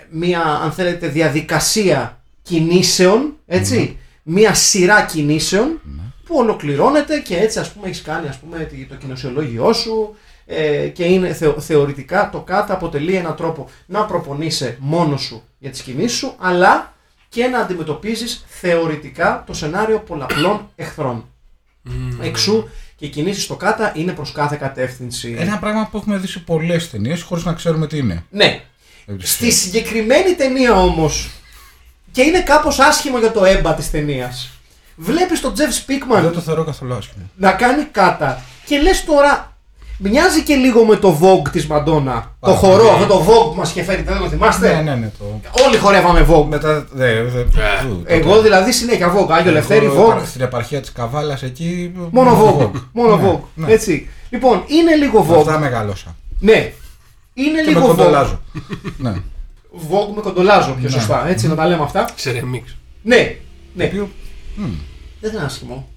A: μία, αν θέλετε, διαδικασία κινήσεων, έτσι, μία σειρά κινήσεων που ολοκληρώνεται και έτσι ας πούμε έχεις κάνει ας πούμε, τη- το κοινοσιολόγιό σου ε, και είναι θεω- θεωρητικά το κάτω αποτελεί έναν τρόπο να προπονείσαι μόνος σου για τις κινήσεις σου αλλά και να αντιμετωπίζεις θεωρητικά το σενάριο πολλαπλών εχθρών. Εξού και οι κινήσεις στο κάτα είναι προς κάθε κατεύθυνση.
B: Ένα πράγμα που έχουμε δει σε πολλές ταινίες χωρίς να ξέρουμε τι είναι.
A: Ναι. Στη συγκεκριμένη ταινία όμως και είναι κάπως άσχημο για το έμπα της ταινίας. Βλέπεις τον Τζεφ Σπίκμαν
B: Δεν το θεωρώ καθόλου άσχημο.
A: να κάνει κάτα και λες τώρα μοιάζει και λίγο με το Vogue της Μαντόνα. Το
B: Πάρα
A: χορό,
B: πολύ.
A: αυτό το Vogue που μας είχε φέρει, δεν το θυμάστε.
B: Ναι, ναι, ναι. Το...
A: Όλοι χορεύαμε Vogue.
B: Μετά. Δε, δε, του,
A: Εγώ δηλαδή συνέχεια Vogue,
B: Ε,
A: Άγιο Λευτέρη,
B: Εγώ
A: Vogue.
B: Στην επαρχία της Καβάλας εκεί.
A: Μόνο Vogue. Μόνο
B: Ναι,
A: Vogue.
B: ναι.
A: Έτσι. Λοιπόν, είναι λίγο
B: Με
A: Vogue.
B: Αυτά μεγάλωσα.
A: Ναι. Είναι
B: Και με
A: λίγο Vogue.
B: κοντολάζω. ναι.
A: Vogue με κοντολάζω πιο σωστά. Έτσι να τα λέμε αυτά.
C: Σε remix.
A: Ναι.
B: Το
A: Ναι.
B: οποίο.
A: Δεν ήταν άσχημο.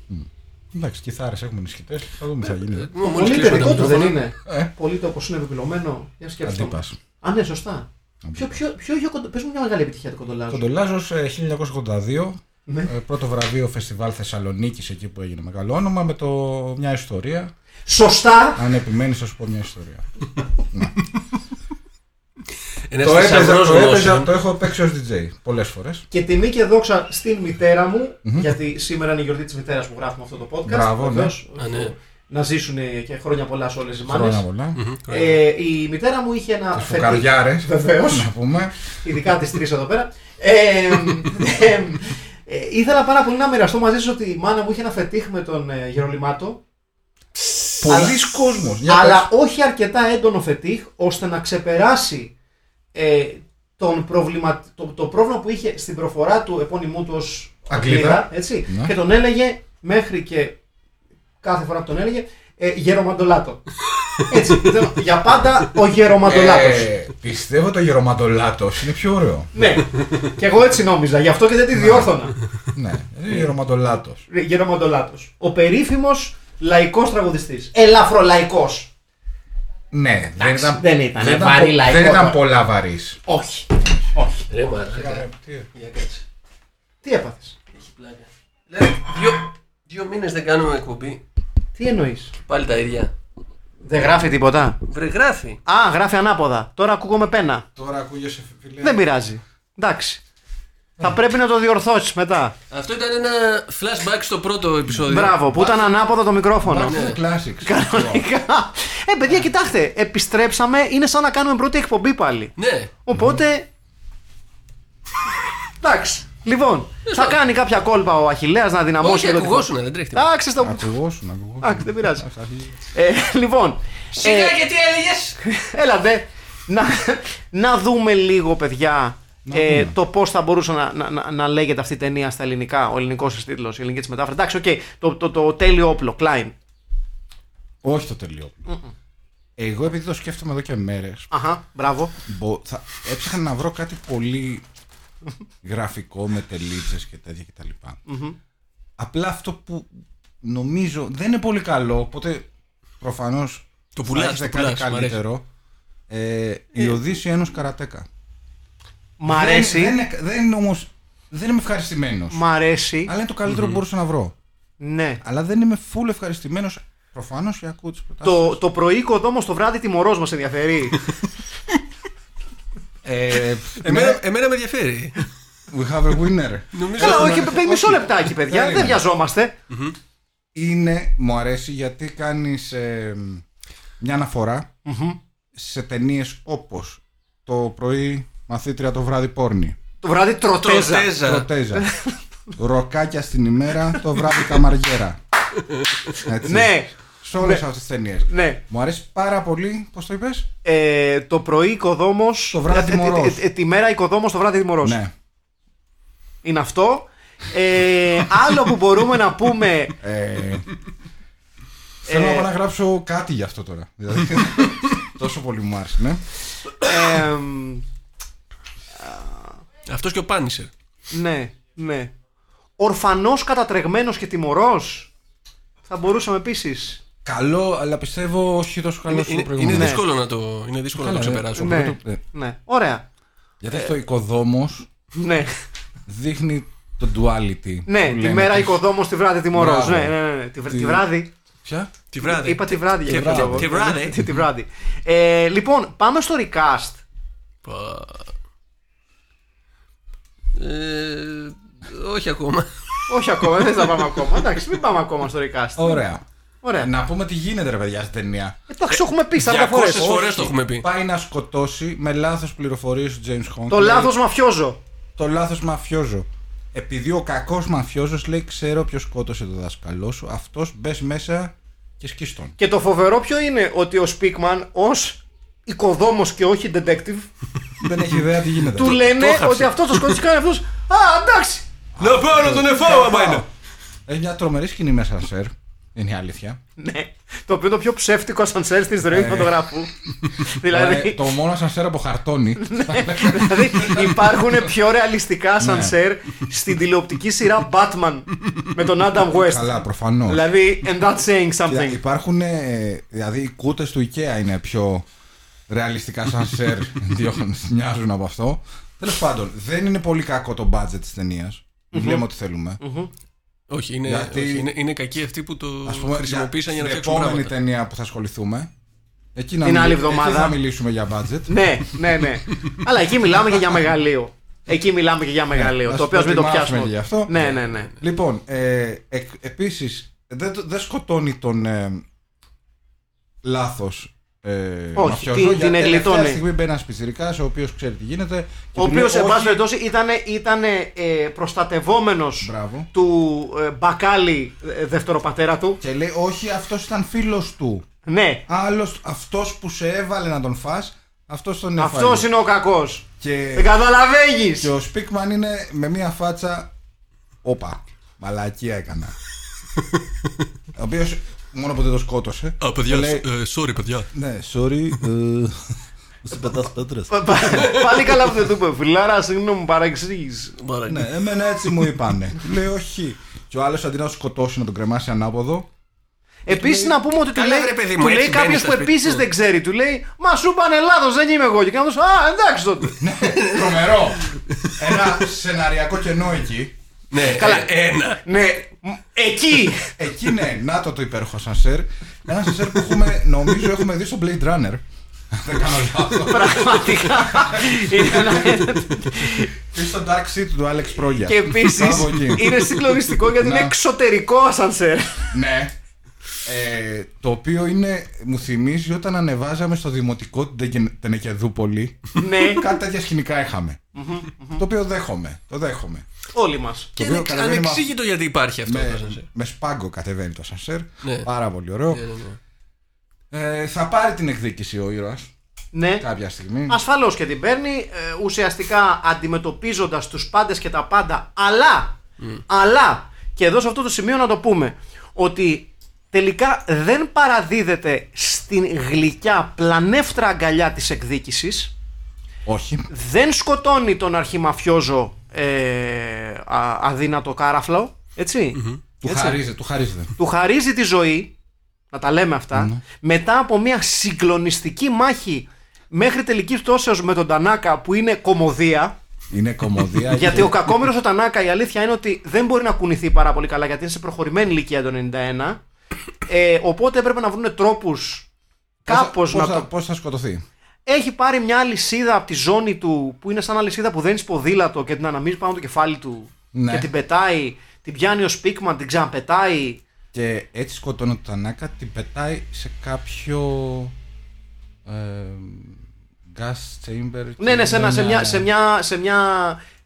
B: Εντάξει, κιθάρες έχουμε ενισχυτέ. Θα δούμε τι θα
A: Ε,
B: γίνει.
C: Μόλις
A: Πολύ
C: κλείσω τα
A: τελικό του δεν
C: μικρόφωνα.
A: είναι.
B: Ε,
A: Πολύ το όπω είναι επιπληρωμένο. Για σκέψτε το.
B: αντίπα.
A: Α, ναι, σωστά. Ποιο, ποιο, ποιο, ποιο, πες μου μια μεγάλη επιτυχία του κοντολάζου.
B: Κοντολάζο σε 1982.
A: Ναι.
B: ε, Πρώτο βραβείο φεστιβάλ Θεσσαλονίκης εκεί που έγινε μεγάλο όνομα με το μια ιστορία.
A: Σωστά!
B: Αν επιμένεις, θα σου πω μια ιστορία.
C: Ένας
B: το, έπαιζα,
C: θησαυρός
B: το, έπαιζα,
A: ναι.
C: γνώσεων.
B: το έχω παίξει ως DJ πολλές φορές.
A: Και τιμή και δόξα στην μητέρα μου, γιατί σήμερα είναι η γιορτή της μητέρας που γράφουμε αυτό το podcast.
B: Μπράβο, ναι.
A: Βεβαίως,
C: Α, ναι.
A: Να ζήσουν και χρόνια πολλά σε όλες τι
B: Χρόνια
A: μάνες.
B: πολλά.
C: Μμμ, καλά.
A: Ε, η μητέρα μου είχε ένα
B: Τις φουκαριάρες.
A: Βεβαίως.
B: Να πούμε.
A: ειδικά τις τρεις εδώ πέρα. Ε, ε, ε, ήθελα πάρα πολύ να μοιραστώ μαζί σας ότι η μάνα μου είχε ένα φετίχ με τον ε, Γερολιμάτο,
B: Πολλοί κόσμος. Για
A: αλλά όχι αρκετά έντονο φετίχ, ώστε να ξεπεράσει ε, τον προβλημα, το, το πρόβλημα που είχε στην προφορά του επώνυμού του ως
B: Αγγλίδα.
A: έτσι,
B: Ναι.
A: και τον έλεγε μέχρι και κάθε φορά που τον έλεγε ε, γερομαντολάτο. έτσι, δεν- για πάντα ο
B: πες.
A: γερομαντολάτος.
B: Ε, πιστεύω το γερομαντολάτος είναι πιο ωραίο.
A: Ναι, και εγώ έτσι νόμιζα, γι' αυτό και δεν τη διόρθωνα.
B: ναι, γερομαντολάτος.
A: Γερομαντολάτος. Ο περίφημος λαϊκός τραγουδιστής. Ελαφρολαϊκός.
B: Ναι, δεν ήταν.
A: δεν ήταν,
B: δεν
A: βαρύ
B: πο-
A: λαϊκό
B: δεν ήταν
A: τώρα.
B: πολλά βαρύς.
A: Όχι.
C: Ρε μαλάκα.
A: Τι έπαθες.
C: Δηλαδή, δύο, δύο μήνες δεν κάνουμε εκπομπή.
A: Τι εννοείς.
C: Πάλι τα ίδια.
A: Δεν γράφει τίποτα.
C: Βρε γράφει.
A: Α, γράφει ανάποδα. Τώρα ακούγομαι πένα.
B: Τώρα ακούγεσαι φίλε.
A: Δεν πειράζει. Εντάξει. Θα πρέπει να το διορθώσεις μετά.
C: Αυτό ήταν ένα flashback στο πρώτο επεισόδιο.
A: Μπράβο, που ήταν ανάποδα το μικρόφωνο.
C: Ναι.
B: Είναι classics.
A: Κανονικά. Ε, παιδιά, κοιτάξτε, επιστρέψαμε. Είναι σαν να κάνουμε πρώτη εκπομπή πάλι.
C: Ναι.
A: Οπότε. Εντάξει. Λοιπόν, θα κάνει κάποια κόλπα ο Αχηλέα να δυναμώσει
C: Ε, Όχι,
A: λίγο τη φωνή.
C: ακουγόσουνε, δεν τρέχει τίποτα.
A: Εντάξει, στο.
B: Ακουγόσουν, ακουγόσουν.
A: Εντάξει, δεν πειράζει. Ε, λοιπόν.
C: Σιγά γιατί έλεγες.
A: Έλατε. Να, να δούμε λίγο, παιδιά, ε, το πώς θα μπορούσε να, να, να, να λέγεται αυτή η ταινία στα ελληνικά. Ο ελληνικός τη τίτλος, η ελληνική της μετάφραση. Εντάξει, οκ, το, το, το, τέλειο όπλο, Klein.
B: Όχι το τελείω. Εγώ επειδή το σκέφτομαι εδώ και μέρες
A: Αχα, μπράβο.
B: μπο- θα, έψαχνα να βρω κάτι πολύ γραφικό με τελίτσες και τέτοια κτλ. Απλά αυτό που νομίζω δεν είναι πολύ καλό, οπότε προφανώς
C: Το πουλάς,
B: θα έχετε
C: το πουλάς,
B: κάτι
C: μ' αρέσει.
B: καλύτερο. Ε, η Οδύση ενός καρατέκα.
A: Μ' αρέσει.
B: Δεν, δεν, δεν είναι όμως, δεν είμαι ευχαριστημένος.
A: Μ' αρέσει.
B: Αλλά είναι το καλύτερο που μπορούσα να βρω.
A: Ναι.
B: Αλλά δεν είμαι full ευχαριστημένος. Προφανώς και ακούω τις προτάσεις.
A: Το, το πρωί κοδόμο το βράδυ τιμωρός μας ενδιαφέρει.
B: Ε,
C: Εμένα, εμένα με ενδιαφέρει.
B: We have a winner.
C: Νομίζω.
A: Καλά,
B: Έχουμε
A: όχι,
B: να-
A: παι- μισό λεπτάκι, παιδιά.
B: Περίμενε.
A: Δεν βιαζόμαστε.
B: Είναι, μου αρέσει γιατί κάνεις ε, μια αναφορα σε ταινίες όπως το πρωί μαθήτρια το βράδυ πόρνη,
A: Το βράδυ τροτέζα.
C: Τροτέζα.
B: προτέζα, ροκάκια στην ημέρα το βράδυ καμαριέρα. Έτσι.
A: Ναι,
B: Σε όλες αυτές τις ταινίες.
A: ναι.
B: Μου αρέσει πάρα πολύ, πώς το είπες,
A: Ε, το ε, πρωί οικοδόμος.
B: Το βράδυ τιμωρός.
A: Τη μέρα οικοδόμος, το βράδυ τιμωρό.
B: ναι.
A: Είναι αυτό. Ε, άλλο που μπορούμε να πούμε.
B: Ε, θέλω να πάω να γράψω κάτι για αυτό τώρα. Δηλαδή, τόσο πολύ μου άρεσε, ναι.
A: Ε,
C: Αυτός και ο Πάνισερ.
A: ναι, ναι. Ορφανός κατατρεγμένος και τιμωρός. Θα μπορούσαμε επίσης.
B: Καλό, αλλά πιστεύω όχι τόσο καλό
C: Είναι,
B: όσο το
C: είναι,
B: προηγούμενο.
C: είναι δύσκολο να το, είναι δύσκολο να το
B: Καλά, ε.
C: ξεπεράσουμε.
A: Ναι,
B: το- ε.
A: ναι. Ωραία.
B: Γιατί στο οικοδόμος
A: Ναι,
B: δείχνει το duality.
A: ναι
B: που
A: τη
B: λένε
A: μέρα
B: της-
A: οικοδόμος, τη βράδυ τιμωρός.
B: Μπράβο.
A: Ναι, ναι, ναι, ναι. Τη, βρα-
B: Τι-
A: τη βράδυ.
B: Ποια?
D: Τη
C: Ε,
D: βράδυ.
A: Είπα τη βράδυ για
D: Τη
A: κάποιο
D: βράδυ.
A: λόγο.
D: Τη βράδυ.
A: Τη- Τη βράδυ. Ε, λοιπόν, πάμε στο recast.
C: Ε, όχι ακόμα.
A: Όχι ακόμα, δεν θα πάμε ακόμα. Εντάξει, μην πάμε ακόμα στο recast.
B: Ωραία.
A: Ωραία. Ε,
B: Να πούμε τι γίνεται, ρε παιδιά, στην ταινία.
A: Εντάξει, το έχουμε πει 40 φορέ.
C: 200 φορές το έχουμε πει.
B: Πάει να σκοτώσει με λάθος πληροφορίες του James Hong.
A: Το
D: Ναι.
A: λάθος μαφιόζο.
B: το λάθος μαφιόζο. Επειδή ο κακός μαφιόζος λέει ξέρω ποιος σκότωσε το δάσκαλό σου, αυτός μπες μέσα και σκίστον. τον.
A: Και το φοβερό ποιο είναι ότι ο Σπίκμαν ως οικοδόμος και όχι
B: Ναι,
A: detective
B: Δεν έχει ιδέα τι γίνεται.
A: του λένε
C: έχαψε.
A: ότι αυτός το σκότωσε και κάνει αυτό. Α, εντάξει!
C: Να πάω να τον εφάω άμα
B: Πάω.
C: είναι.
B: Έχει μια τρομερή σκηνή μέσα σερ. Είναι η αλήθεια.
A: Ναι. Το οποίο είναι το πιο ψεύτικο ασανσέρ στη ζωή του φωτογράφου.
B: Ε,
A: δηλαδή,
B: το μόνο σαν σερ από χαρτόνι.
A: δηλαδή υπάρχουν πιο ρεαλιστικά
B: Ναι.
A: ασανσέρ στην τηλεοπτική σειρά Batman με τον Adam West.
B: Καλά, προφανώς.
A: δηλαδή, and that's saying
B: Κοίτα,
A: something.
B: Υπάρχουν, ε, δηλαδή οι κούτες του IKEA είναι πιο ρεαλιστικά σαν σερ. διότι μοιάζουν από αυτό. Τέλος πάντων, δεν είναι πολύ κακό το budget της ταινια Λέμε ό,τι θέλουμε.
C: Όχι, είναι,
B: Γιατί-
C: όχι, είναι, είναι κακοί αυτοί που το
B: Ας πούμε,
C: χρησιμοποίησαν για να
B: στην
C: φτιάξουν
B: επόμενη
C: πράγματα.
B: ταινία που θα ασχοληθούμε. Εκεί να
A: Την
B: μιλ-
A: άλλη
B: εκεί
A: εβδομάδα.
B: θα μιλήσουμε για budget.
A: ναι, ναι, ναι. Αλλά εκεί μιλάμε και για μεγαλείο. Εκεί μιλάμε και για μεγαλείο. το
B: να σου
A: οποίο ας μην το
B: προετοιμάσουμε
A: πιάσουμε.
B: για αυτό.
A: Ναι, ναι, ναι.
B: Λοιπόν, ε, εκ, επίσης, δεν το- δεν σκοτώνει τον ε, λάθος ε,
A: Όχι,
B: μαφιόζο,
A: την-
B: γιατί
A: την
B: τελευταία
A: εγκλιτώνει.
B: στιγμή μπαίνει ένας πιτσιρικάς ο οποίος ξέρει τι γίνεται. και
A: Ο
B: του
A: οποίο,
B: λέει,
A: εν πάση
B: «Όχι,
A: περιπτώσει, ήταν, ήτανε, ε, προστατευόμενος
B: Μπράβο.
A: του ε, μπακάλι ε, δεύτερο πατέρα του.
B: Και λέει, όχι, αυτός ήταν φίλος του.
A: Ναι,
B: Άλλος, αυτός που σε έβαλε να τον φας, αυτός τον έφαγε.
A: αυτός είναι ο Ε, κακός.
B: Και-
A: Δεν καταλαβαίνεις.
B: Και ο Σπίκμαν είναι με μία φάτσα. Όπα. Μαλακία έκανα. ο οποίος μόνο που δεν το σκότωσε.
D: Α, παιδιά,
B: λέει-
D: ε, sorry, παιδιά.
B: Ναι, sorry. ε, Είσαι πετά πέτρε.
A: Πάλι καλά που δεν του είπε. Φιλάρα, συγγνώμη, παρεξήγηση.
C: Μάρα,
B: ναι, εμένα έτσι μου είπανε. Του λέει όχι. Και ο άλλος αντί να το σκοτώσει να τον κρεμάσει ανάποδο.
A: Επίσης, να πούμε ότι του
C: Καλά,
A: λέει,
C: βρε, παιδί μου,
A: του λέει
C: έτσι μπαίνεις
A: κάποιος
C: στα
A: που
C: σπίτια
A: επίσης
C: σου.
A: δεν ξέρει. Του λέει Μα σου είπανε λάθος, δεν είμαι εγώ. Και κάνω Α, εντάξει τότε.
B: Τρομερό. Ένα σεναριακό κενό εκεί.
C: ναι,
A: Καλά.
C: ε, ένα.
A: ναι, μ, εκεί.
B: Εκεί ναι, να το το υπέροχο σανσέρ. Ένα σανσέρ που έχουμε, νομίζω έχουμε δει στο Blade Runner. Δεν κάνω λάθος.
A: Πραγματικά. Είναι ένα-
B: Ή στο Dark Seat του Alex Πρόγια.
A: Και επίσης
B: Κάπου εκεί.
A: είναι συγκλονιστικό γιατί είναι
B: Να.
A: εξωτερικό ασανσέρ.
B: Ναι. Ε, το οποίο είναι, μου θυμίζει όταν ανεβάζαμε στο δημοτικό την Τεκεν- Τενεκεδούπολη.
A: ναι,
B: κάτι τέτοια σκηνικά είχαμε. το οποίο δέχομαι. Το δέχομαι.
A: όλοι μας.
C: Και
B: οποίο Ναι.
C: είναι
B: κατεβαίνει με-
C: ανεξήγητο γιατί υπάρχει αυτό. το
B: με,
C: σανσέρ.
B: με σπάγκο κατεβαίνει το σανσέρ.
C: Ναι.
B: Πάρα πολύ ωραίο.
C: Ναι, ναι, ναι.
B: Ε, θα πάρει την εκδίκηση ο ήρωας
A: Ναι.
B: κάποια στιγμή.
A: Ασφαλώς και την παίρνει. ε, ουσιαστικά αντιμετωπίζοντας τους πάντες και τα πάντα. Αλλά, αλλά, και εδώ σε αυτό το σημείο να το πούμε, ότι τελικά δεν παραδίδεται στην γλυκιά πλανεύτρα αγκαλιά της εκδίκησης
B: Όχι.
A: δεν σκοτώνει τον αρχιμαφιόζο ε, α- αδύνατο καράφλαο έτσι,
B: Του χαρίζεται. Του χαρίζεται.
A: του χαρίζει τη ζωή, να τα λέμε αυτά, μετά από μια συγκλονιστική μάχη μέχρι τελικής πτώσεως με τον Τανάκα που είναι κομμωδία.
B: Είναι κομμωδία.
A: γιατί
B: και-
A: ο κακόμοιρος ο Τανάκα η αλήθεια είναι ότι δεν μπορεί να κουνηθεί πάρα πολύ καλά γιατί είναι σε προχωρημένη ηλικία το 91. Ε, οπότε έπρεπε να βρουν τρόπους
B: Πώς θα-
A: κάπως
B: πώς
A: να
B: θα-
A: το...
B: πώς θα σκοτωθεί.
A: Έχει πάρει μια αλυσίδα από τη ζώνη του που είναι σαν αλυσίδα που δένεις ποδήλατο και την αναμίζει πάνω το κεφάλι του
B: Ναι.
A: και την πετάει, την πιάνει ο Σπίκμαν, την ξαναπετάει.
B: Και έτσι σκοτώνει τον Τανάκα, την πετάει σε κάποιο. Ε, gas chamber. Ε,
A: Ναι, ναι, σε, ένα, σε, μια,
B: ένα-
A: σε, μια, σε μια.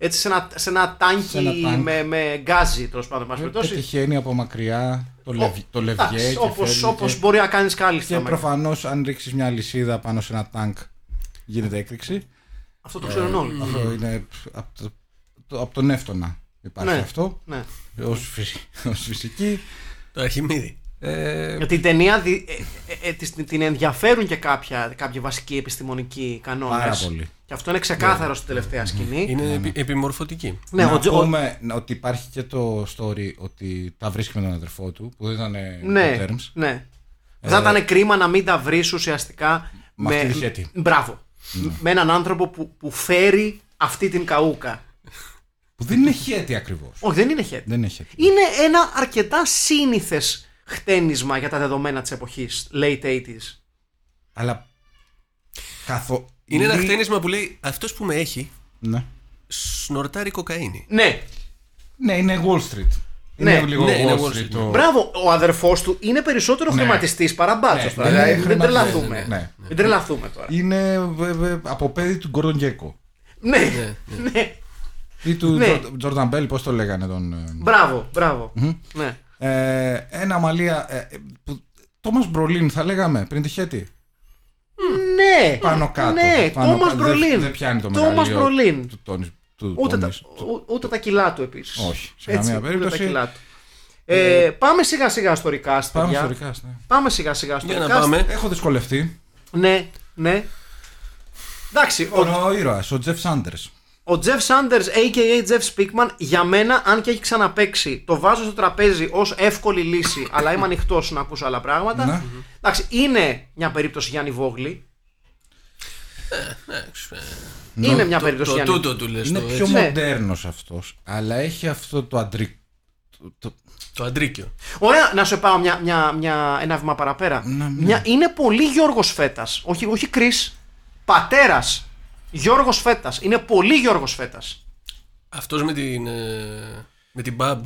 A: Έτσι, σε ένα, σε ένα τάνκι
B: Σε ένα τάγκ.
A: με, με γκάζι, τέλος πάντων, εν πάση
B: Και
A: περιπτώσει.
B: τυχαίνει από μακριά το, λευ- το λευγέ. και
A: Όπως
B: φεύγει
A: όπως
B: και-
A: μπορεί να κάνεις
B: Και
A: κάλλιστα. μέχρι.
B: προφανώς, αν ρίξεις μια λυσίδα πάνω σε ένα τάγκ, γίνεται έκρηξη.
A: Αυτό το ξέρουν όλοι.
B: Αυτό είναι από, το, το- απ' τον Εύτονα. Υπάρχει
A: Ναι.
B: αυτό.
A: Ναι.
B: Ως φυσική.
C: Το Αρχιμίδη.
B: Ε,
A: Γιατί την ταινία δι- ε, ε, ε, της- την ενδιαφέρουν και κάποια, κάποιοι βασικοί επιστημονικοί κανόνε.
B: Πάρα πολύ. Ναι.
A: Και αυτό είναι ξεκάθαρο στη τελευταία σκηνή.
C: Είναι επι- επιμορφωτική.
A: Ναι,
B: να
A: ο Τζο- ο-
B: πούμε ότι υπάρχει και το story ότι τα βρίσκει με τον αδερφό του που δεν ήταν ε,
A: Ναι,
B: το terms. Ε,
A: ναι. Θα ήταν κρίμα να μην τα βρεις ουσιαστικά.
B: με αυτή τη χέτη. Ναι.
A: Μπράβο. με έναν άνθρωπο που, που φέρει αυτή την καούκα.
B: Που δεν είναι χέτη ακριβώς.
A: Όχι, δεν είναι χέτη.
B: Δεν είναι χέτη.
A: Είναι ένα αρκετά σύνηθες χτένισμα για τα δεδομένα της εποχής, late 80s.
B: Αλλά. Καθο... Ναι.
C: Είναι ένα
B: Λι-
C: χτένισμα που λέει αυτός που με έχει
B: Ναι.
C: σνορτάρει κοκαίνη.
A: Ναι,
B: ναι, είναι Wall Street.
A: Ναι,
B: είναι λίγο
C: ναι, είναι
B: Wall
C: Wall
B: Street.
C: Street.
B: το-
A: Μπράβο, ο αδερφός του είναι περισσότερο
B: Ναι.
A: χρηματιστής παρά μπάτσο.
B: Ναι,
A: τώρα.
B: ναι,
A: Δηλαδή,
B: ναι,
A: δεν
B: ναι,
A: τρελαθούμε.
B: ναι, ναι,
A: Δεν τρελαθούμε τώρα.
B: Είναι ε, ε, από παιδί του Gordon Gekko.
A: Ναι, ναι.
B: Ή του
A: Ναι.
B: Τζο- Jordan Bell, πώς το λέγανε τον. ε,
A: Μπράβο, μπράβο. Ναι.
B: Ε, ένα μαλλία. Ε, ε, που... Τόμας Μπρολίν θα λέγαμε πριν τη χέτη.
A: Ναι,
B: Πάνω κάτω.
A: Ναι,
B: πάνω
A: Τόμα
B: κάτω. Δεν, δεν
A: Μπρολίν.
B: πιάνει το
A: Τόμας
B: μεγαλείο
A: Μπρολίν.
B: Του, Τόνι- του
A: Ούτε, τα,
B: Τόνις- του-
A: ο- ούτε τα κιλά του επίσης.
B: Όχι, σε καμία περίπτωση.
A: Ε, πάμε σιγά σιγά στο recast.
B: Πάμε
A: παιδιά.
B: στο recast, ναι.
A: Πάμε σιγά σιγά στο
C: Για να
A: recast.
C: πάμε.
B: Έχω δυσκολευτεί.
A: Ναι, ναι. Εντάξει,
B: Ο,
A: ο,
B: ο ήρωας, ο Τζεφ Σάντερ.
A: ο Jeff Sanders a.k.a. Jeff Speakman για μένα αν και έχει ξαναπέξει το βάζω στο τραπέζι ως εύκολη λύση αλλά είμαι ανοιχτός να ακούσω άλλα πράγματα.
B: Ναι.
A: Εντάξει, είναι μια περίπτωση Γιάννη Βόγλη.
B: Ναι.
A: Είναι μια
C: Ε, Το,
A: περίπτωση
C: το
A: Γιάννη
C: τούτο του λες.
B: Είναι
C: Το,
B: πιο
C: έτσι,
A: Ναι.
B: μοντέρνος αυτός, αλλά έχει αυτό το αντρικό. Το...
C: το αντρίκιο.
A: Ωραία, να σου πάω μια, μια, μια, ένα βήμα παραπέρα.
B: Ναι, ναι.
A: Μια, είναι πολύ Γιώργος Φέτας, όχι, όχι Κρίς, πατέρας. Γιώργος Φέτας, είναι πολύ Γιώργος Φέτας.
C: Αυτός με την. ε, με την μπαμπ.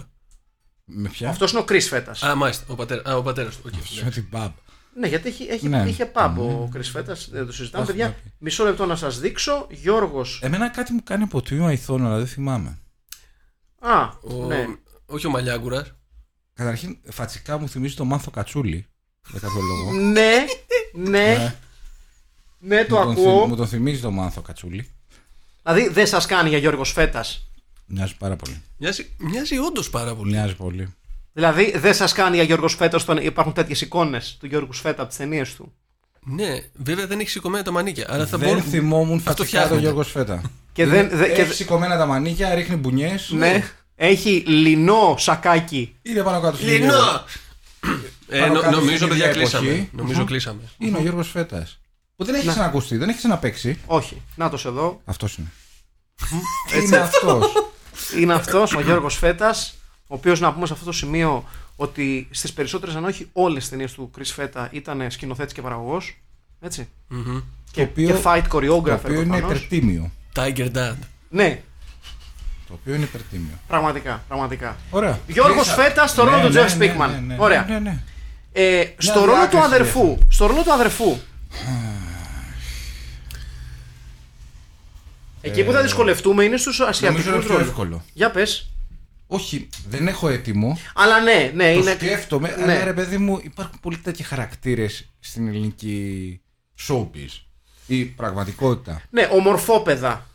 B: Με ποια?
A: Αυτός είναι ο Κρίς Φέτας.
C: Α, μάλιστα. Ο πατέρας, α, ο πατέρας του. οκ, ναι.
B: Με την Μπαμπ.
A: Ναι, γιατί έχει, έχει,
B: Ναι.
A: είχε pub ο Κρίς Φέτας, δεν το συζητάμε.
B: Έχουμε
A: Παιδιά,
B: πει.
A: μισό λεπτό να σας δείξω. Γιώργος...
B: Εμένα κάτι μου κάνει από τμήμα ηθών, αλλά δεν θυμάμαι.
A: Α,
C: Ο-
A: ναι.
C: Όχι ο Μαλιάγκουρας.
B: Καταρχήν, φατσικά μου θυμίζει το Μάνθο Κατσούλη. Για κάποιο λόγο.
A: Ναι, ναι. ναι, το
B: μου, τον θυμ- Λοιπόν, μου
A: ακούω.
B: τον θυμίζει το Μάνθο Κατσούλη.
A: Δηλαδή δεν σας κάνει για Γιώργος Φέτας.
B: Μοιάζει πάρα πολύ.
C: Μοιάζει, μοιάζει όντως πάρα πολύ.
B: Μοιάζει πολύ.
A: Δηλαδή δεν σας κάνει για Γιώργος Φέτας όταν υπάρχουν τέτοιες εικόνες του Γιώργου Φέτα από τις ταινίες του.
C: Ναι, βέβαια δεν έχει σηκωμένα τα μανίκια. Αλλά θα
B: δεν
C: μπορούμε-
B: θυμόμουν
C: Αυτό
B: φατσικά
C: φτιάχνεται.
B: τον Γιώργο Σφέτα.
A: Και δεν, δε- και
B: Ε, Έχει σηκωμένα τα μανίκια, ρίχνει μπουνιές.
A: Ναι. Έχει λινό σακάκι.
B: Είναι πάνω κάτω στην ίδια-
C: Λινό! Ε, νο-
B: κάτω
C: νομίζω,
B: στην
C: παιδιά,
B: ίδια
C: κλείσαμε.
B: εποχή.
C: Νομίζω κλείσαμε.
B: Είναι ο Γιώργος Φέτας. Που δεν έχεις ξανακουστεί, δεν έχεις ξαναπέξει.
A: Όχι. Να το εδώ.
B: Αυτός είναι. είναι αυτός.
A: Είναι αυτός ο Γιώργος Φέτας, ο οποίος να πούμε σε αυτό το σημείο ότι στις περισσότερες, αν όχι όλες τι ταινίες του Κρι Φέτα ήταν σκηνοθέτης και παραγωγός. Έτσι. Και,
B: Το οποίο-
A: και fight choreographer.
B: το οποίο είναι
A: προφανώς.
B: υπερτίμιο.
C: Tiger Dad.
A: Ναι,
B: Το οποίο είναι υπερτίμιο.
A: πραγματικά. πραγματικά.
B: Ωραία.
A: Γιώργος
B: Κλείσαμε.
A: Φέτας στο ρόλο
B: Ναι,
A: του
B: ναι,
A: Jeff
B: ναι,
A: Speakman.
B: ναι, ναι,
A: Ωραία.
B: ναι, ναι.
A: Ε, στο, ρόλο του
B: διάκριση
A: αδερφού, στο ρόλο του αδερφού. Εκεί που θα δυσκολευτούμε είναι στους
B: Ε, Νομίζω είναι
A: ασιατικούς
B: πιο εύκολο.
A: Για πες.
B: Όχι, δεν έχω έτοιμο.
A: Αλλά ναι, ναι,
B: Το
A: είναι.
B: σκέφτομαι,
A: ναι.
B: αλλά ρε παιδί μου, υπάρχουν πολλοί τέτοιοι χαρακτήρες στην ελληνική showbiz. Η πραγματικότητα,
A: Ναι, ομορφόπαιδα.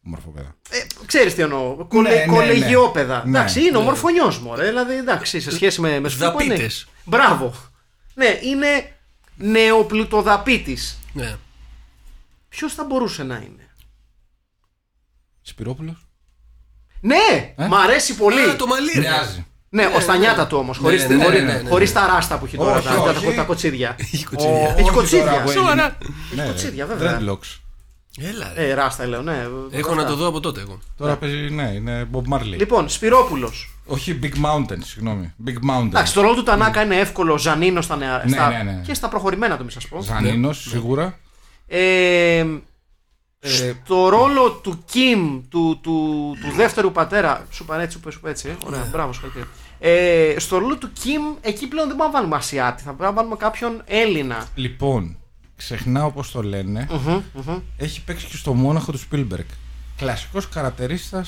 B: μορφοπέδα.
A: Ε, ξέρεις τι εννοώ.
B: Ναι, ναι,
A: Κολε,
B: ναι.
A: κολεγιόπαιδα.
B: Ναι.
A: εντάξει, είναι ναι. ομορφωνιός μου, ρε. Δηλαδή, εντάξει, σε σχέση με, με Σπύρο, ναι.
C: Δαπίτες.
A: Μπράβο. Ναι, είναι νεοπλουτοδαπίτης.
C: Ναι.
A: Ποιος θα μπορούσε να είναι.
B: Σπυρόπουλος.
A: Ναι,
B: Ε?
A: μ' αρέσει πολύ.
C: Α, το μαλλί. ρε.
B: Μοιάζει.
A: Ναι, ο Στανιάτα του όμω. Χωρίς
C: ναι, ναι, ναι, ναι, ναι.
A: τα ράστα που έχει τώρα,
B: Όχι,
A: τα, τα-
B: όχι.
A: τα- τα κοτσίδια.
C: Έχει κοτσίδια.
A: Έχει κοτσίδια.
C: Σοβαρά.
B: Ναι,
A: κοτσίδια,
B: ρε.
A: βέβαια.
B: Dreadlocks.
C: Έλα. ρε.
A: Ε, ράστα λέω, ναι.
C: Έχω
A: αυτά.
C: να το δω από τότε εγώ.
B: Τώρα παίζει, ναι, είναι Bob Marley.
A: Λοιπόν, Σπυρόπουλος.
B: Όχι Big Mountain, συγγνώμη. Big Mountain.
A: Εντάξει, το ρόλο του Τανάκα είναι εύκολο, Ζανίνος στα νεα...
B: Ναι,
A: στα-
B: ναι, ναι.
A: και στα προχωρημένα του, μη σας πω.
B: Ζανίνος,
A: Ναι.
B: σίγουρα.
A: Ε,
B: Ε,
A: το ρόλο του Κιμ, του, του, του δεύτερου πατέρα. Σου είπα έτσι, σου είπα- σου είπα έτσι. ε. Ωραία,
C: Ναι.
A: μπράβο, συγχαρητήρια. Ε, στο ρόλο του Κιμ, εκεί πλέον δεν μπορούμε να βάλουμε Ασιάτη, θα πρέπει να βάλουμε κάποιον Έλληνα.
B: Λοιπόν, ξεχνάω πώς το λένε. Έχει παίξει και στο μόναχο του Spielberg. Κλασικός καρατερίστας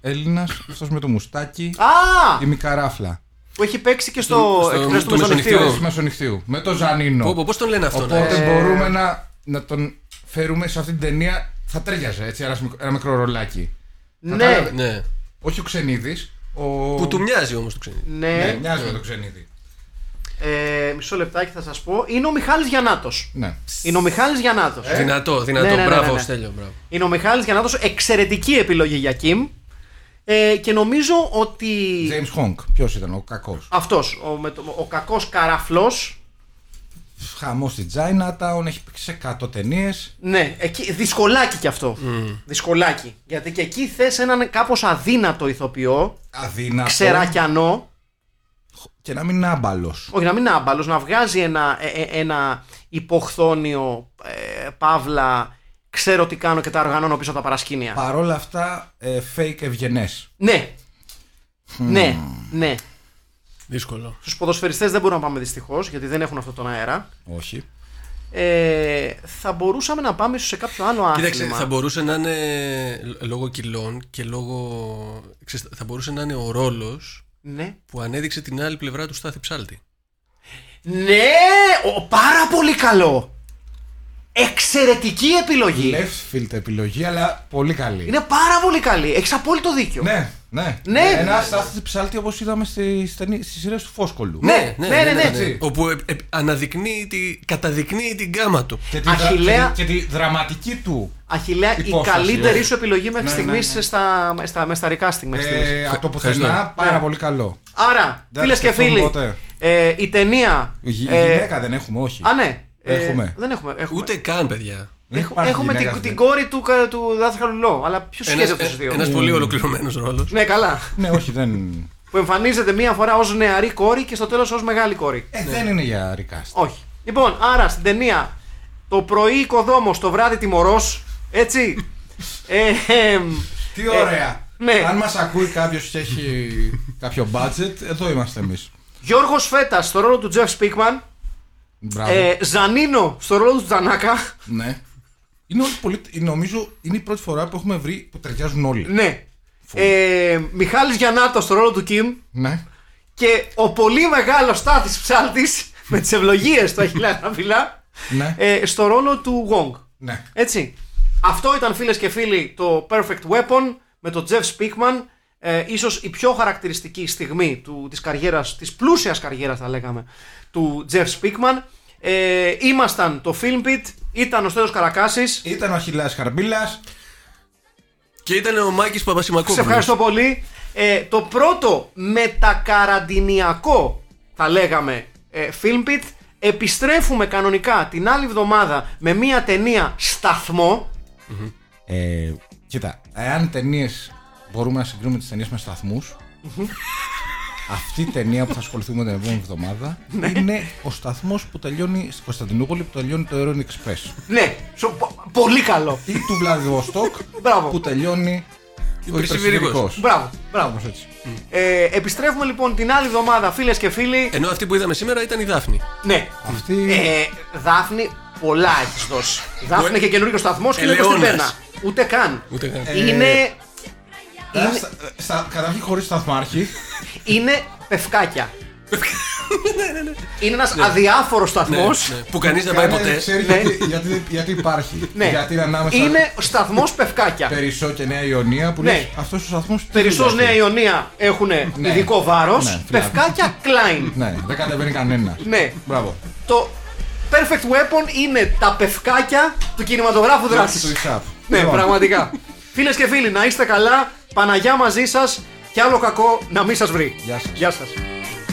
B: Έλληνα, αυτός με το μουστάκι.
A: Α!
B: Η μικαράφλα.
A: Που έχει παίξει και στο
C: Στο- στο-
A: εκτό του
C: το
A: μεσονυχτίου.
C: μεσονυχτίο.
B: Τη μεσονυχτίου. Με το Ζανίνο.
C: Πω, πω, Πώς τον λένε αυτόν. ε?
B: Οπότε μπορούμε να, να τον φέρουμε σε αυτή την ταινία. Θα τέριαζε έτσι ένας μικρο- ένα μικρό ρολάκι.
A: Ναι,
B: Κατάλαβε.
C: Ναι.
B: Όχι ο Ξενίδης. Ο...
C: Που του μοιάζει όμως το ξένο.
B: Ναι,
A: ναι.
B: μοιάζει με τον Ξενίδη.
A: Ε, μισό λεπτάκι θα σας πω. Είναι ο Μιχάλης Γιαννάτος.
B: Ναι.
A: Είναι ο Μιχάλης Γιαννάτος.
C: Ε. Δυνατό, δυνατό.
A: Ναι, ναι, ναι,
C: μπράβο,
A: ναι.
C: Στέλιο, μπράβο.
A: Είναι ο Μιχάλης Γιαννάτος. Εξαιρετική επιλογή για Κιμ. Ε, και νομίζω ότι
B: James Hong. Ποιος ήταν ο κακός.
A: αυτός, ο, με το- ο κακός καραφλός,
B: χαμός στη Chinatown, έχει παίξει σε 100 ταινίες.
A: Ναι, εκεί, δυσκολάκι κι αυτό. Δυσκολάκι. Γιατί και εκεί θες έναν κάπως αδύνατο ηθοποιό,
B: Αδύνατο.
A: ξερακιανό,
B: Και να μην είναι άμπαλος.
A: όχι να μην είναι άμπαλος, να βγάζει ένα, ε, ε, ένα υποχθόνιο ε, παύλα. Ξέρω τι κάνω και τα οργανώνω πίσω από τα παρασκήνια.
B: Παρ' όλα αυτά, ε, fake ευγενές.
A: Ναι. Ναι, ναι.
C: Δύσκολο.
A: Στους ποδοσφαιριστές δεν μπορούμε να πάμε δυστυχώς, γιατί δεν έχουν αυτόν τον αέρα.
B: Όχι.
A: Ε, θα μπορούσαμε να πάμε ίσως σε κάποιο άλλο άθλημα.
C: Κοίταξε, θα μπορούσε να είναι λ- λόγω κιλών και λόγω. ξέρεις, θα μπορούσε να είναι ο ρόλος
A: Ναι.
C: που ανέδειξε την άλλη πλευρά του Στάθη Ψάλτη.
A: Ναι! Ο, πάρα πολύ καλό! Εξαιρετική επιλογή!
B: Left field επιλογή, αλλά πολύ καλή.
A: Είναι πάρα πολύ καλή. Έχεις απόλυτο δίκιο.
B: Ναι, ναι.
A: Ναι.
B: Ένα άσταθη ψάλτη όπως είδαμε στι σειρές του Φόσκολου.
A: Ναι, ναι, ναι, ναι,
B: έτσι.
C: Όπου ε, ε, αναδεικνύει, τη, καταδεικνύει την γκάμα του.
B: Και τη, δρα-
A: Αχιλλέα-
B: και, τη, και τη δραματική του.
A: Αχιλέα, η
B: Υπόσταση,
A: καλύτερη
B: ε.
A: σου επιλογή μέχρι
B: Ναι,
A: στιγμής
B: ναι, ναι.
A: στα, στα μεσταρικά στιγμή. μέχρι στιγμής.
B: Ε, από το πουθενά,
C: Ευχαριστώ.
B: πάρα
A: Ναι.
B: πολύ καλό.
A: Άρα,
B: δεν
A: φίλες και
B: σκεφτόμουν
A: φίλοι,
B: ποτέ.
A: ε, η ταινία.
B: Η γυ-
A: ε,
B: γυναίκα δεν έχουμε, όχι.
A: α, ναι. Ε,
B: Έχουμε.
A: δεν έχουμε. έχουμε.
C: Ούτε καν, παιδιά.
B: Δεν
A: Έχο-
B: υπάρχει
A: έχουμε την,
B: γυναίκα
A: την
B: αυτή.
A: κόρη του, κα- του δάσκαλου Λό, αλλά ποιος σχέδιο
C: Ένας, ε,
A: αυτού του δύο.
C: ένας πολύ ολοκληρωμένος ρόλος.
A: Ναι, καλά.
B: Ναι, όχι, δεν.
A: Που εμφανίζεται μία φορά ως νεαρή κόρη και στο τέλος ως μεγάλη κόρη.
B: Ε, δεν είναι για ρικάστη.
A: Όχι. Λοιπόν, άρα στην ταινία το πρωί οικοδόμο, το βράδυ τιμωρός. Έτσι. ε, εμ,
B: Τι ωραία.
A: ναι.
B: Αν μας ακούει κάποιος και έχει κάποιο budget, εδώ είμαστε εμείς.
A: Γιώργος Φέτας στο ρόλο του Τζεφ Σπίκμαν.
B: Μπράβο.
A: Ε, Ζανίνο στο ρόλο του Τζανάκα.
B: Ναι. Είναι όλοι πολύ. Νομίζω είναι η πρώτη φορά που έχουμε βρει που ταιριάζουν όλοι.
A: ναι. Ε, Μιχάλης Γιαννάτος στο ρόλο του Κιμ.
B: Ναι.
A: Και ο πολύ μεγάλος Στάθης Ψάλτης με τις ευλογίες του Αχιλέα Ναβιλά
B: Ναι.
A: ε, στο ρόλο του Γόγκ.
B: Ναι.
A: Έτσι. Αυτό ήταν φίλες και φίλοι το Perfect Weapon με τον Jeff Speakman. Ε, ίσως η πιο χαρακτηριστική στιγμή του, της καριέρας, της πλούσιας καριέρας θα λέγαμε, του Jeff Speakman. Ε, ήμασταν το Film Pit, ήταν ο Στέλιος Καρακάσης.
B: Ήταν ο Αχιλέα Χαρμπίλας.
C: Και ήταν ο Μάκης Παπασημακόπουλος.
A: Σε ευχαριστώ πολύ. Ε, το πρώτο μετακαραντινιακό, θα λέγαμε, ε, Film Pit. Επιστρέφουμε κανονικά την άλλη εβδομάδα με μια ταινία σταθμό.
B: Ε, κοίτα, εάν ταινίες μπορούμε να συγκρίνουμε τις ταινίες με σταθμούς. αυτή η ταινία που θα ασχοληθούμε την επόμενη εβδομάδα είναι ο σταθμός που τελειώνει στην Κωνσταντινούπολη που τελειώνει το Aeron Express.
A: Ναι, σο- πο- πολύ καλό.
B: ή του Βλαδιβοστόκ
A: Μπράβο.
B: που τελειώνει ο
C: υπερσιβηρικός.
B: υπερσιβηρικός.
A: Μπράβο, μπράβο.
B: Κάπως έτσι.
A: Ε, επιστρέφουμε λοιπόν την άλλη εβδομάδα, φίλες και φίλοι.
C: Ενώ αυτή που είδαμε σήμερα ήταν η Δάφνη.
A: ναι.
B: Αυτή
A: Ε, Δάφνη, πολλά έχεις δώσει. Δάφνη και καινούριο σταθμός και λέει
C: Ελαιώνας.
A: πένα. Ούτε καν. Ε,
C: Ούτε καν.
A: Είναι,
B: Άρα, στα- στα- καταρχήν χωρίς σταθμάρχη
A: είναι πευκάκια. είναι ένας αδιάφορος σταθμός.
C: Ναι, που κανείς δεν πάει
B: κανένας
C: ποτέ.
B: δεν ξέρεις
A: Ναι.
B: γιατί, γιατί, γιατί υπάρχει Γιατί είναι ανάμεσα
A: Είναι σταθμός πευκάκια.
B: Περισσό και Νέα Ιωνία που
A: Ναι.
B: λες αυτός ο σταθμός τι
A: Περισσός
B: δουλειά
A: Νέα
B: έχει.
A: Ιωνία έχουν ειδικό βάρος.
B: Ναι, φυλάδι.
A: πευκάκια Klein.
B: Ναι, δεν κατεβαίνει κανένα
A: ναι.
B: Μπράβο
A: Το Perfect Weapon είναι τα πευκάκια του κινηματογράφου
B: Του
A: δράση.
B: Ισάπ.
A: Ναι,
B: Λοιπόν,
A: πραγματικά. Φίλες και φίλοι, να είστε καλά. Παναγιά μαζί σας και άλλο κακό να μην σας βρει.
B: Γεια σας.
A: Γεια σας.
E: Thank